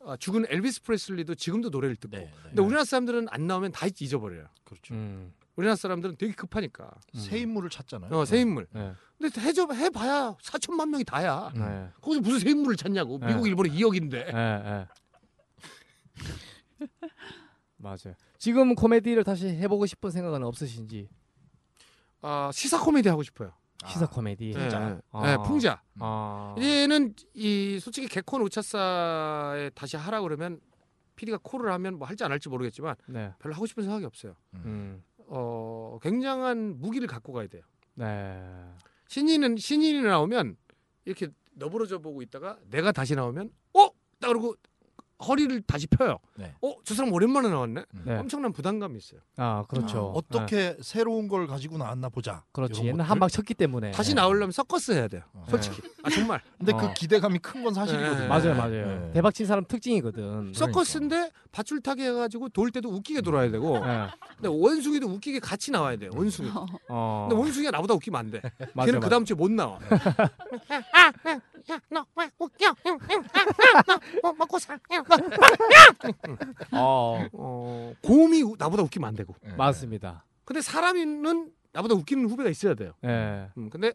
F: 아, 죽은 엘비스 프레슬리도 지금도 노래를 듣고
H: 네, 네.
F: 근데 우리나라 사람들은 안 나오면 다 잊어버려요.
H: 그렇죠.
C: 음.
F: 우리나라 사람들은 되게 급하니까
C: 음.
H: 새 인물을 찾잖아요.
F: 어, 새 인물.
C: 네.
F: 근데 해줘 해봐야 4천만 명이 다야.
C: 네.
F: 거기서 무슨 새 인물을 찾냐고
C: 네.
F: 미국 일본에 2억인데.
C: 예, 예. <laughs> 맞아요. 지금 코미디를 다시 해보고 싶은 생각은 없으신지
F: 아 시사 코미디 하고 싶어요.
H: 아,
C: 시사 코미디.
F: 네, 네.
C: 아.
F: 네, 풍자.
C: 아.
F: 이제는 이 솔직히 개콘 우차사에 다시 하라 그러면 PD가 콜을 하면 뭐 할지 안 할지 모르겠지만
C: 네.
F: 별로 하고 싶은 생각이 없어요.
C: 음.
F: 어 굉장한 무기를 갖고 가야 돼요.
C: 네.
F: 신인은 신인이 나오면 이렇게 너부러져 보고 있다가 내가 다시 나오면 어? 딱 그러고 허리를 다시 펴요.
H: 네.
F: 어? 저 사람 오랜만에 나왔네.
H: 음.
C: 네.
F: 엄청난 부담감이 있어요.
C: 아, 그렇죠.
H: 아, 어떻게 새로운 걸 가지고 나왔나 보자.
C: 그렇지.
H: 이런
C: 옛날
H: 것들.
C: 한방 쳤기 때문에. 네.
F: 다시 나오려면 서커스 해야 돼요.
H: 어.
F: 솔직히. 아 정말.
H: 근데
C: 어.
H: 그 기대감이 큰 건 사실이거든요.
F: 네.
C: 맞아요, 맞아요.
H: 네.
C: 대박 친 사람 특징이거든.
F: 서커스인데
C: 그러니까.
F: 밧줄 타기 해가지고 돌 때도 웃기게 돌아야 되고
C: 네.
F: 근데 원숭이도 웃기게 같이 나와야 돼요. 원숭이.
C: 어.
F: 근데 원숭이가 나보다 웃기면 안 돼.
C: 맞아, 맞아.
F: 걔는 그 다음 주에 못 나와.
C: 음. 어.
F: <laughs> 어, 곰이 우- 나보다 웃기면 안 되고.
H: 네.
C: 맞습니다.
F: 근데 사람은 나보다 웃기는 후배가 있어야 돼요.
C: 예. 네.
F: 음, 근데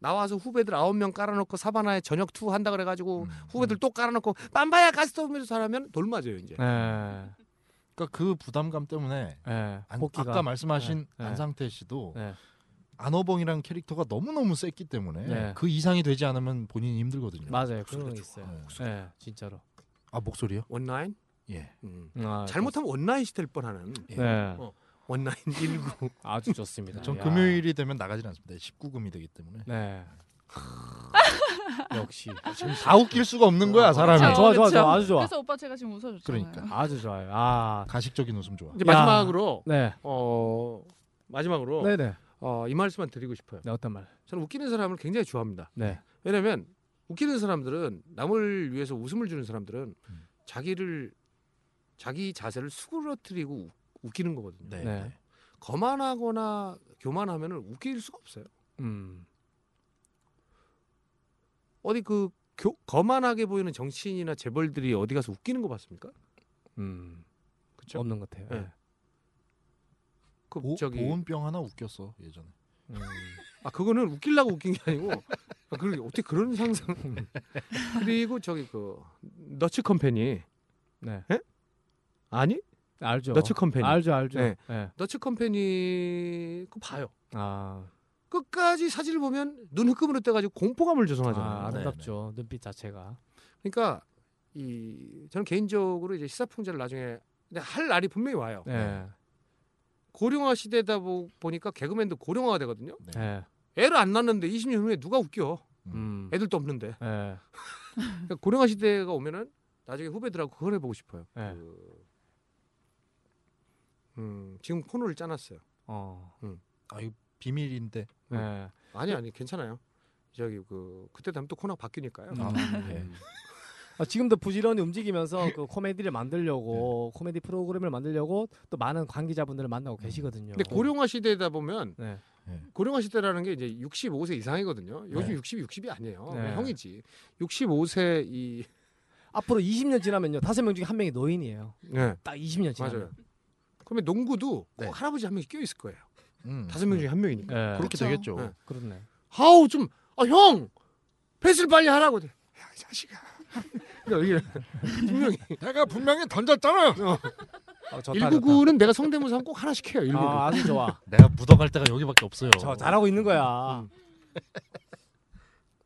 F: 나와서 후배들 아홉 명 깔아놓고 사바나에 저녁 투 한다 그래가지고
H: 음.
F: 후배들 또 깔아놓고 빰바야 가스톱으로 잘하면 돌 맞아요
C: 네.
F: 이제.
H: 그러니까 그 부담감 때문에
C: 네.
H: 안,
C: 복귀가
H: 아까 말씀하신
C: 네.
H: 안상태 씨도
C: 네.
H: 안어봉이란 캐릭터가 너무너무 셌기 때문에
C: 네.
H: 그 이상이 되지 않으면 본인이 힘들거든요.
C: 맞아요. 그런 거
H: 네.
C: 있어요. 예. 네. 진짜로.
H: 아 목소리요?
F: 원라인.
H: 예.
F: 음.
C: 아,
F: 잘못하면 원라인 시대일 뻔하는
H: 예.
C: 네.
F: 어. 원라인 <laughs> 일구.
C: 아주 좋습니다.
H: 전
C: 네, 야.
H: 금요일이 되면 나가진 않습니다. 19금이 되기 때문에
C: 네. <laughs> 역시.
H: 다 웃길 수가 없는 거야 사람이.
C: 아, 좋아, 좋아,
G: 그쵸?
C: 좋아. 아주 좋아.
G: 그래서 오빠 제가 지금 웃어줬잖아요.
H: 그러니까.
C: 아주 좋아요. 아.
H: 가식적인 웃음 좋아.
F: 이제
C: 야.
F: 마지막으로
C: 네.
F: 어 마지막으로
C: 네, 네.
F: 어, 이 말씀만 드리고 싶어요.
C: 네, 어떤 말?
F: 저는 웃기는 사람을 굉장히 좋아합니다.
C: 네.
F: 왜냐면 웃기는 사람들은 남을 위해서 웃음을 주는 사람들은
H: 음.
F: 자기를 자기 자세를 수그러뜨리고 웃- 웃기는 거거든요.
H: 네.
C: 네.
H: 네.
F: 거만하거나 교만하면 웃길 수가 없어요.
C: 음.
F: 어디 그 교- 거만하게 보이는 정치인이나 재벌들이 어디 가서 웃기는 거 봤습니까?
C: 음.
F: 그쵸?
C: 없는 것 같아요.
F: 네.
C: 네.
F: 그
H: 보,
F: 저기
H: 보온병 하나 웃겼어 예전에.
C: 음.
F: 아 그거는 웃기려고 웃긴 게 아니고 아, 그러 어떻게 그런 상상 그리고 저기 그 너츠 컴퍼니
C: 네.
F: 아니
C: 알죠.
F: 너츠 컴퍼니.
C: 알죠, 알죠.
F: 네.
C: 예.
F: 너츠 컴퍼니 그 봐요.
C: 아,
F: 끝까지 사진을 보면 눈 흑금으로 떠가지고 공포감을 조성하잖아요. 네,
C: 아, 아름답죠. 눈빛 자체가.
F: 그러니까 이 저는 개인적으로 이제 시사풍자를 나중에 근데 할 날이 분명히 와요.
C: 예.
F: 고령화 시대다 보, 보니까 개그맨도 고령화가 되거든요.
C: 예.
F: 애를 안 낳는데 20년 후에 누가 웃겨?
C: 음.
F: 애들도 없는데.
C: 예.
F: 그러니까 고령화 시대가 오면은 나중에 후배들하고 그걸 해보고 싶어요.
C: 예.
F: 그, 음, 지금 코너를 짜놨어요.
C: 어.
H: 아 이거 비밀인데.
F: 음.
C: 예.
F: 아니 아니 괜찮아요. 저기 그 그때 되면 또 코너 바뀌니까요.
C: 음,
H: 아,
C: 네.
H: 예.
C: 아, 지금도 부지런히 움직이면서 그 코미디를 만들려고 코미디 프로그램을 만들려고 또 많은 관계자분들을 만나고 계시거든요.
F: 근데 고령화 시대다 보면
C: 네.
F: 고령화 시대라는 게 이제 65세 이상이거든요. 요즘
C: 네.
F: 60이 60이 아니에요.
C: 네.
F: 그냥 형이지. 65세 이
C: 앞으로 20년 지나면요. 다섯 명 중에 한 명이 노인이에요.
F: 네.
C: 딱 20년 지나면.
F: 맞아요. 그러면 농구도 꼭
H: 네.
F: 할아버지 한 명이 껴 있을 거예요.
H: 음.
F: 다섯 명 중에 한 명이니까.
C: 예.
H: 그렇게
G: 그쵸.
H: 되겠죠.
F: 네.
C: 그렇네.
F: 아우 좀 아, 형 패스를 빨리 하라고. 야, 이 자식아. 그러니까 이게 분명히
H: 내가 분명히 던졌잖아요.
C: 어, 좋다, 좋다.
F: 199는 내가 성대모사 하면 꼭 하나씩 해요. 199.
C: 아, 아주
F: <laughs>
C: 좋아.
H: 내가 묻어갈 데가 여기밖에 없어요.
C: 저 잘하고 있는 거야.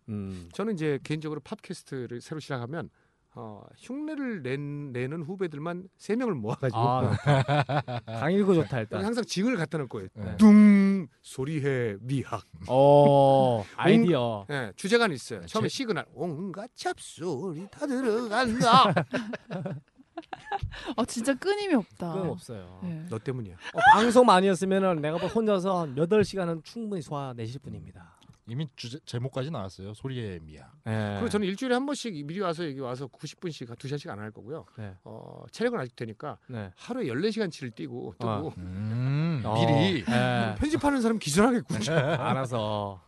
C: 음.
F: 저는 이제 개인적으로 팟캐스트를 새로 시작하면 어, 흉내를 낸, 내는 후배들만 세 명을 모아가지고 아,
C: 아, <laughs> 강일구 좋다
F: 저는
C: 일단.
F: <laughs> 항상 징을 갖다 놓을 거예요.
H: 네.
F: 둥 소리해 미학.
C: 어, 아이디어.
F: 예, 주제가 있어요. 처음에 시그널 온갖 잡소리 다 들어간다. <laughs>
G: 아 진짜 끊임이 없다.
C: 그건 없어요.
G: 네.
F: 너 때문이야.
C: 어, 방송 아니었으면은 내가 볼 혼자서 한 8시간은 충분히 소화내실 분입니다.
H: 이미 주제, 제목까지 나왔어요. 소리의 미야.
F: 네. 그리고 저는 일주일에 한 번씩 미리 와서 여기 와서 90분씩 두 시간씩 안 할 거고요.
C: 네.
F: 어, 체력은 아직 되니까
C: 네.
F: 하루에 14시간치를 뛰고 뜨고
C: 아.
H: 음,
C: 어,
H: 미리.
C: 예. <laughs>
F: <laughs> 편집하는 사람
C: 네.
F: 기절하겠군요.
C: 알아서.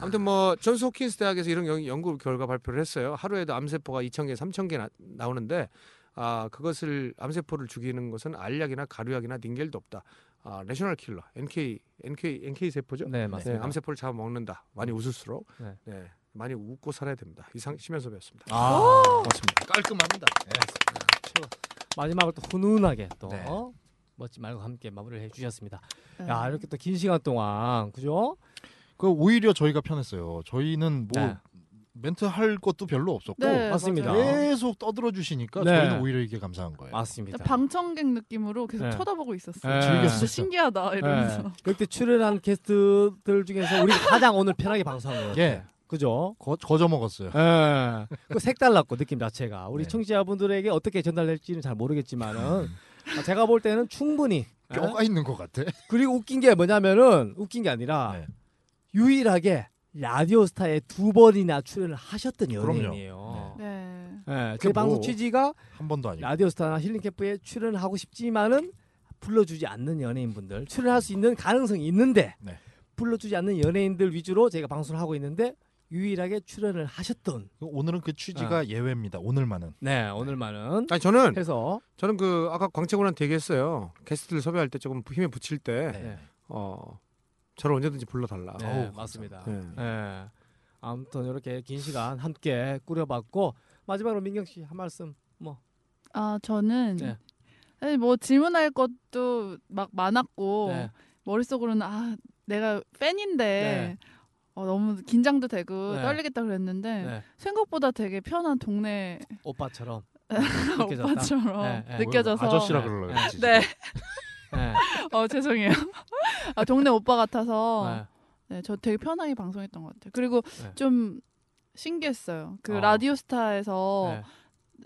F: 아무튼 뭐 존스 호킨스 대학에서 이런 연- 연구 결과 발표를 했어요. 하루에도 암세포가 2천 개, 3천 개 나- 나오는데 아 그것을 암세포를 죽이는 것은 알약이나 가루약이나 닌겔도 없다. 아 내셔널 킬러 NK NK NK 세포죠.
C: 네,
F: 네,
C: 맞습니다.
F: 암세포를 잡아먹는다. 많이 웃을수록
C: 네.
F: 네. 많이 웃고 살아야 됩니다. 이상 심연섭이었습니다.
C: 아,
H: 깔끔합니다. 예.
C: 마지막으로 또 훈훈하게 또
H: 네.
C: 어? 멋진 말과 함께 마무리를 해 주셨습니다.
G: 네.
C: 야, 이렇게 또 긴 시간 동안 그죠?
H: 그 오히려 저희가 편했어요. 저희는 뭐
C: 네.
H: 멘트 할 것도 별로 없었고
G: 네,
C: 맞습니다.
G: 맞아요.
H: 계속 떠들어 주시니까
C: 네. 아.
H: 저희는 오히려 이게 감사한 거예요.
C: 맞습니다.
G: 방청객 느낌으로 계속
C: 네.
G: 쳐다보고 있었어요.
C: 네.
G: 진짜
H: 즐겼어요.
G: 신기하다 이러면서.
C: 예. 이렇게 출연한 게스트들 중에서 우리 가장 오늘 편하게 방송한 거예요.
H: 예,
C: 그죠?
H: 거, 거저 먹었어요.
C: 예. 그 색달랐고 느낌 자체가 우리
H: 네.
C: 청취자분들에게 어떻게 전달될지는 잘 모르겠지만은 아, 제가 볼 때는 충분히 예?
H: <laughs> 뼈가 있는 것 같아.
C: 그리고 웃긴 게 뭐냐면은 웃긴 게 아니라
H: 네.
C: 유일하게 라디오스타에 두 번이나 출연을 하셨던
H: 그럼요.
C: 연예인이에요.
G: 네.
C: 예,
H: 그게
C: 제 방송
H: 뭐- 네.
C: 취지가
H: 한 번도 아니고.
C: 라디오스타나 힐링캠프에 출연하고 싶지만은 불러주지 않는 연예인분들 출연할 수 있는 가능성이 있는데
H: 네.
C: 불러주지 않는 연예인들 위주로 제가 방송을 하고 있는데 유일하게 출연을 하셨던
H: 오늘은 그
C: 어.
H: 취지가 예외입니다. 오늘만은.
C: 네 오늘만은
F: 아니 저는
H: 네.
C: 해서
F: 저는 그 아까 광채군한테 얘기했어요. 게스트를 섭외할 때 조금 힘에 붙일 때
H: 네.
C: 네.
F: 어, 저를 언제든지 불러달라.
C: 네,
H: 어우,
C: 맞습니다.
F: 네.
C: 예. 아무튼 이렇게 긴 시간 함께 꾸려봤고 마지막으로 민경 씨 한 말씀.
G: 아 저는
C: 네.
G: 사실 뭐 질문할 것도 막 많았고
C: 네.
G: 머릿속으로는 아 내가 팬인데
C: 네.
G: 어, 너무 긴장도 되고
C: 네.
G: 떨리겠다 그랬는데
C: 네.
G: 생각보다 되게 편한 동네 <laughs>
C: 오빠처럼 네, 느껴졌다.
G: 오빠처럼
C: 네, 네.
G: 느껴져서
H: 아저씨라 그러려고 했지.
G: 네.
C: 예.
G: 어 죄송해요. 아 동네 오빠 같아서
C: 예.
G: 네, 저 되게 편하게 방송했던 것 같아요. 그리고
C: 네.
G: 좀 신기했어요. 그
C: 어.
G: 라디오스타에서
C: 예.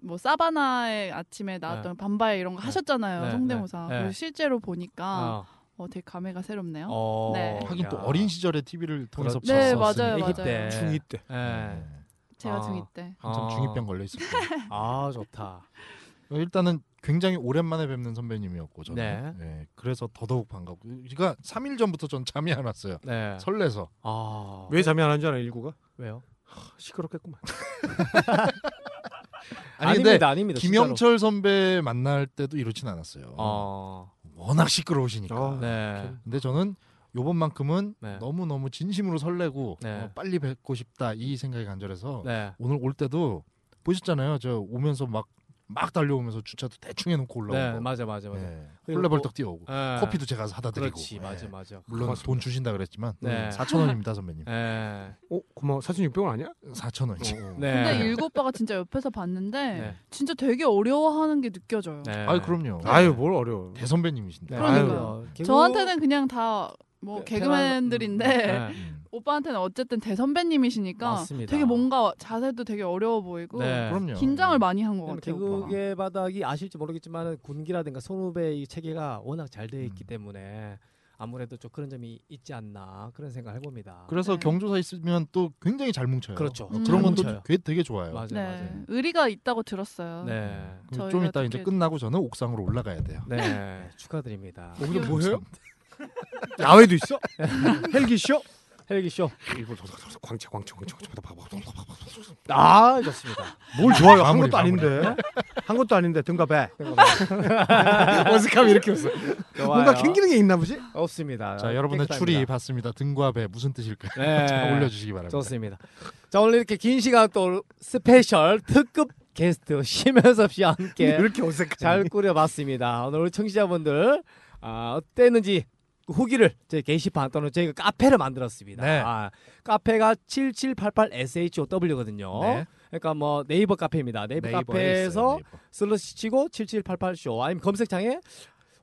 G: 뭐 사바나의 아침에 나왔던 반바이 이런 거
C: 네.
G: 하셨잖아요
C: 네,
G: 성대모사.
C: 네, 네.
G: 그리고 실제로 보니까
C: 어.
G: 어, 되게 감회가 새롭네요.
C: 어.
G: 네.
H: 하긴 또
C: 야.
H: 어린 시절에 TV를 통해서
C: 그렇죠.
G: 네,
H: 봤었으니까.
G: 맞아요,
C: 아기
G: 맞아요.
C: 때.
F: 중이 때.
C: 예.
G: 제가
C: 아.
G: 중2 때.
H: 네. 한참
C: 아.
H: 중이병 걸려 있었고
C: 아 좋다.
H: 일단은 굉장히 오랜만에 뵙는 선배님이었고 저는
C: 네.
H: 예, 그래서 더더욱 반갑고 그러니까 3일 전부터 전 잠이 안 왔어요.
C: 네.
H: 설레서
C: 아.
F: 왜 잠이 안 온 줄 알아? 일구가
C: 왜요?
F: 시끄럽겠구만.
H: 아니 근데
C: 아닙니다, 아닙니다. 진짜로.
H: 김영철 선배 만날 때도 이렇진 않았어요.
C: 어.
H: 워낙 시끄러우시니까.
F: 어,
C: 네.
H: 근데 저는 요번만큼은
C: 네.
H: 너무 너무 진심으로 설레고
C: 네.
H: 어, 빨리 뵙고 싶다 이 생각이 간절해서
C: 네.
H: 오늘 올 때도 보셨잖아요. 저 오면서 막 막 달려오면서 주차도 대충 해놓고 올라오고.
C: 네, 맞아, 맞아, 맞아. 그리고
H: 콜레벌떡
C: 또-
H: 뛰어오고
C: 예.
H: 커피도 제가 사다 드리고. 예. 네.
C: 그렇지, 맞아, 맞아.
H: 물론 돈 주신다 그랬지만
C: 네.
H: 4천 원입니다 선배님.
C: 네.
H: 어 고마워 4,600원 아니야? 4천 음. 원이지.
G: 근데 일곱 오빠가 진짜 옆에서 봤는데
H: 네.
G: 진짜 되게 어려워하는 게 느껴져요.
C: 네.
H: 아유 그럼요.
F: 아유, 뭘 어려워.
H: 대선배님이신데.
G: 그러니까요. 저한테는 그냥 다
C: 네,
G: 뭐 개그맨들인데
C: 음,
H: 네.
G: <laughs> 오빠한테는 어쨌든 대선배님이시니까
C: 맞습니다.
G: 되게 뭔가 자세도 되게 어려워 보이고
C: 네. 그럼요.
H: 음.
G: 긴장을 많이 한 것
C: 왜냐면
G: 같아요. 오빠가.
C: 그러니까 개그의 바닥이 아실지 모르겠지만 군기라든가 선후배의 체계가 워낙 잘 되어 있기 때문에 아무래도 좀 그런 점이 있지 않나 그런 생각을 해봅니다.
H: 그래서 경조사 있으면 또 굉장히 잘 뭉쳐요.
C: 그렇죠.
H: 어,
C: 음.
H: 그런
C: 잘
H: 건
C: 뭉쳐요.
H: 또 되게 좋아요.
C: 맞아요,
G: 네. 의리가 있다고 들었어요.
H: 네. 그럼
G: 저희가
H: 좀 이따 이제
G: 어떻게-
H: 끝나고 저는 옥상으로 올라가야 돼요.
C: 네, 축하드립니다.
F: 거기서 뭐 해요?
H: 야외도
C: <laughs>
F: 있어? 헬기쇼?
C: 헬기쇼.
F: 일본 광채 광채 광채 광채 봐봐
C: 아 좋습니다.
F: 뭘 좋아요? 한
C: 마무리,
F: 것도
C: 마무리.
F: 아닌데. 한 것도 아닌데 등갑에.
C: 등갑에.
F: 어색함이 이렇게 없어.
C: 좋아요.
F: 뭔가 캥기는 게 있나 보지?
C: 없습니다.
H: 자 여러분의
C: 깨끗합니다. 네.
H: 추리 봤습니다. 등과 배 무슨 뜻일까요? 자, <laughs> 올려주시기 바랍니다.
C: 좋습니다. 자 오늘 이렇게 긴 시간 또 스페셜 특급 게스트 심현섭 씨와 함께
F: 왜 이렇게 어색하니?
H: 네.
C: 예. 잘 꾸려봤습니다. 오늘 우리 청취자분들 아, 어땠는지 그 후기를 저희 게시판 또는 저희가 카페를 만들었습니다.
H: 네.
C: 아, 카페가 7788SHOW거든요.
H: 네.
C: 그러니까 뭐 네이버 카페입니다. 네이버
H: 네이버에
C: 카페에서
H: 있어요,
C: 슬러시 치고 7788쇼 아니면 검색창에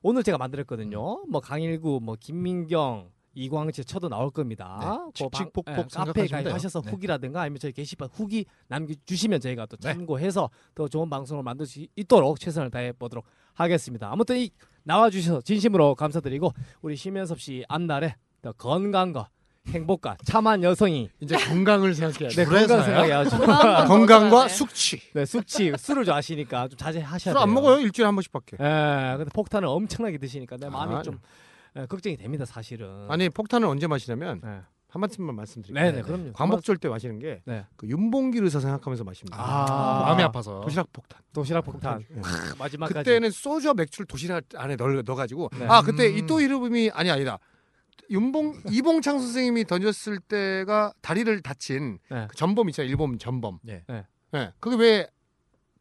C: 오늘 제가 만들었거든요. 뭐 강일구, 뭐 김민경, 이광재 쳐도 나올 겁니다. 그
H: 네, 칙칙폭폭
C: 방- 카페에
H: 생각하시면 돼요.
C: 가입하셔서
H: 네.
C: 후기라든가 아니면 저희 게시판 후기 남겨주시면 저희가 또 참고해서 더 좋은 방송을 만들 수 있도록 최선을 다해 보도록 하겠습니다. 아무튼 이 나와주셔서 진심으로 감사드리고 우리 심연섭 씨 앞날에 더 건강과 행복과 참한 여성이
F: 이제 건강을 생각해야죠.
C: 네, 건강 생각해야죠.
H: <laughs>
F: 건강과 숙취.
C: 네, 숙취 술을 좋아하시니까 좀 자제하셔야 돼요.
F: 술 안 먹어요 일주일에 한 번씩밖에.
C: 예, 근데 폭탄을 엄청나게 드시니까 내 마음이
F: 아,
C: 좀 예, 걱정이 됩니다, 사실은.
F: 아니 폭탄을 언제 마시냐면 한 말씀만 말씀드릴게요.
C: 네. 네네, 그럼요.
F: 광복절 때 마시는 게
C: 네.
F: 그 윤봉길 의사 생각하면서 마십니다.
C: 아, 마음이 아파서.
F: 도시락 폭탄.
C: 도시락 폭탄.
F: 예.
C: 크, 마지막까지.
F: 그때는 소주와 맥주를 도시락 안에 넣어 넣어가지고
C: 네.
F: 아 그때 이 또 이름이 아니 아니다.
C: <laughs>
F: 윤봉 이봉창 선생님이 던졌을 때가 다리를 다친
C: 네.
F: 그 전범 있잖아요. 일본 전범.
H: 네.
C: 네.
F: 그게 왜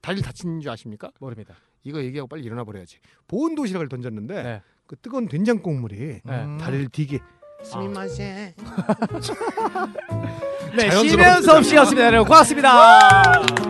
F: 다리를 다친 줄 아십니까?
C: 모릅니다.
F: 이거 얘기하고 빨리 일어나 버려야지. 보온 도시락을 던졌는데
C: 네.
F: 그 뜨거운 된장 국물이 다리를 디게
C: 아.
K: 스미마셍.
C: 네,
F: 자연스러운-
C: 심연섭 씨였습니다. 여러분, 고맙습니다.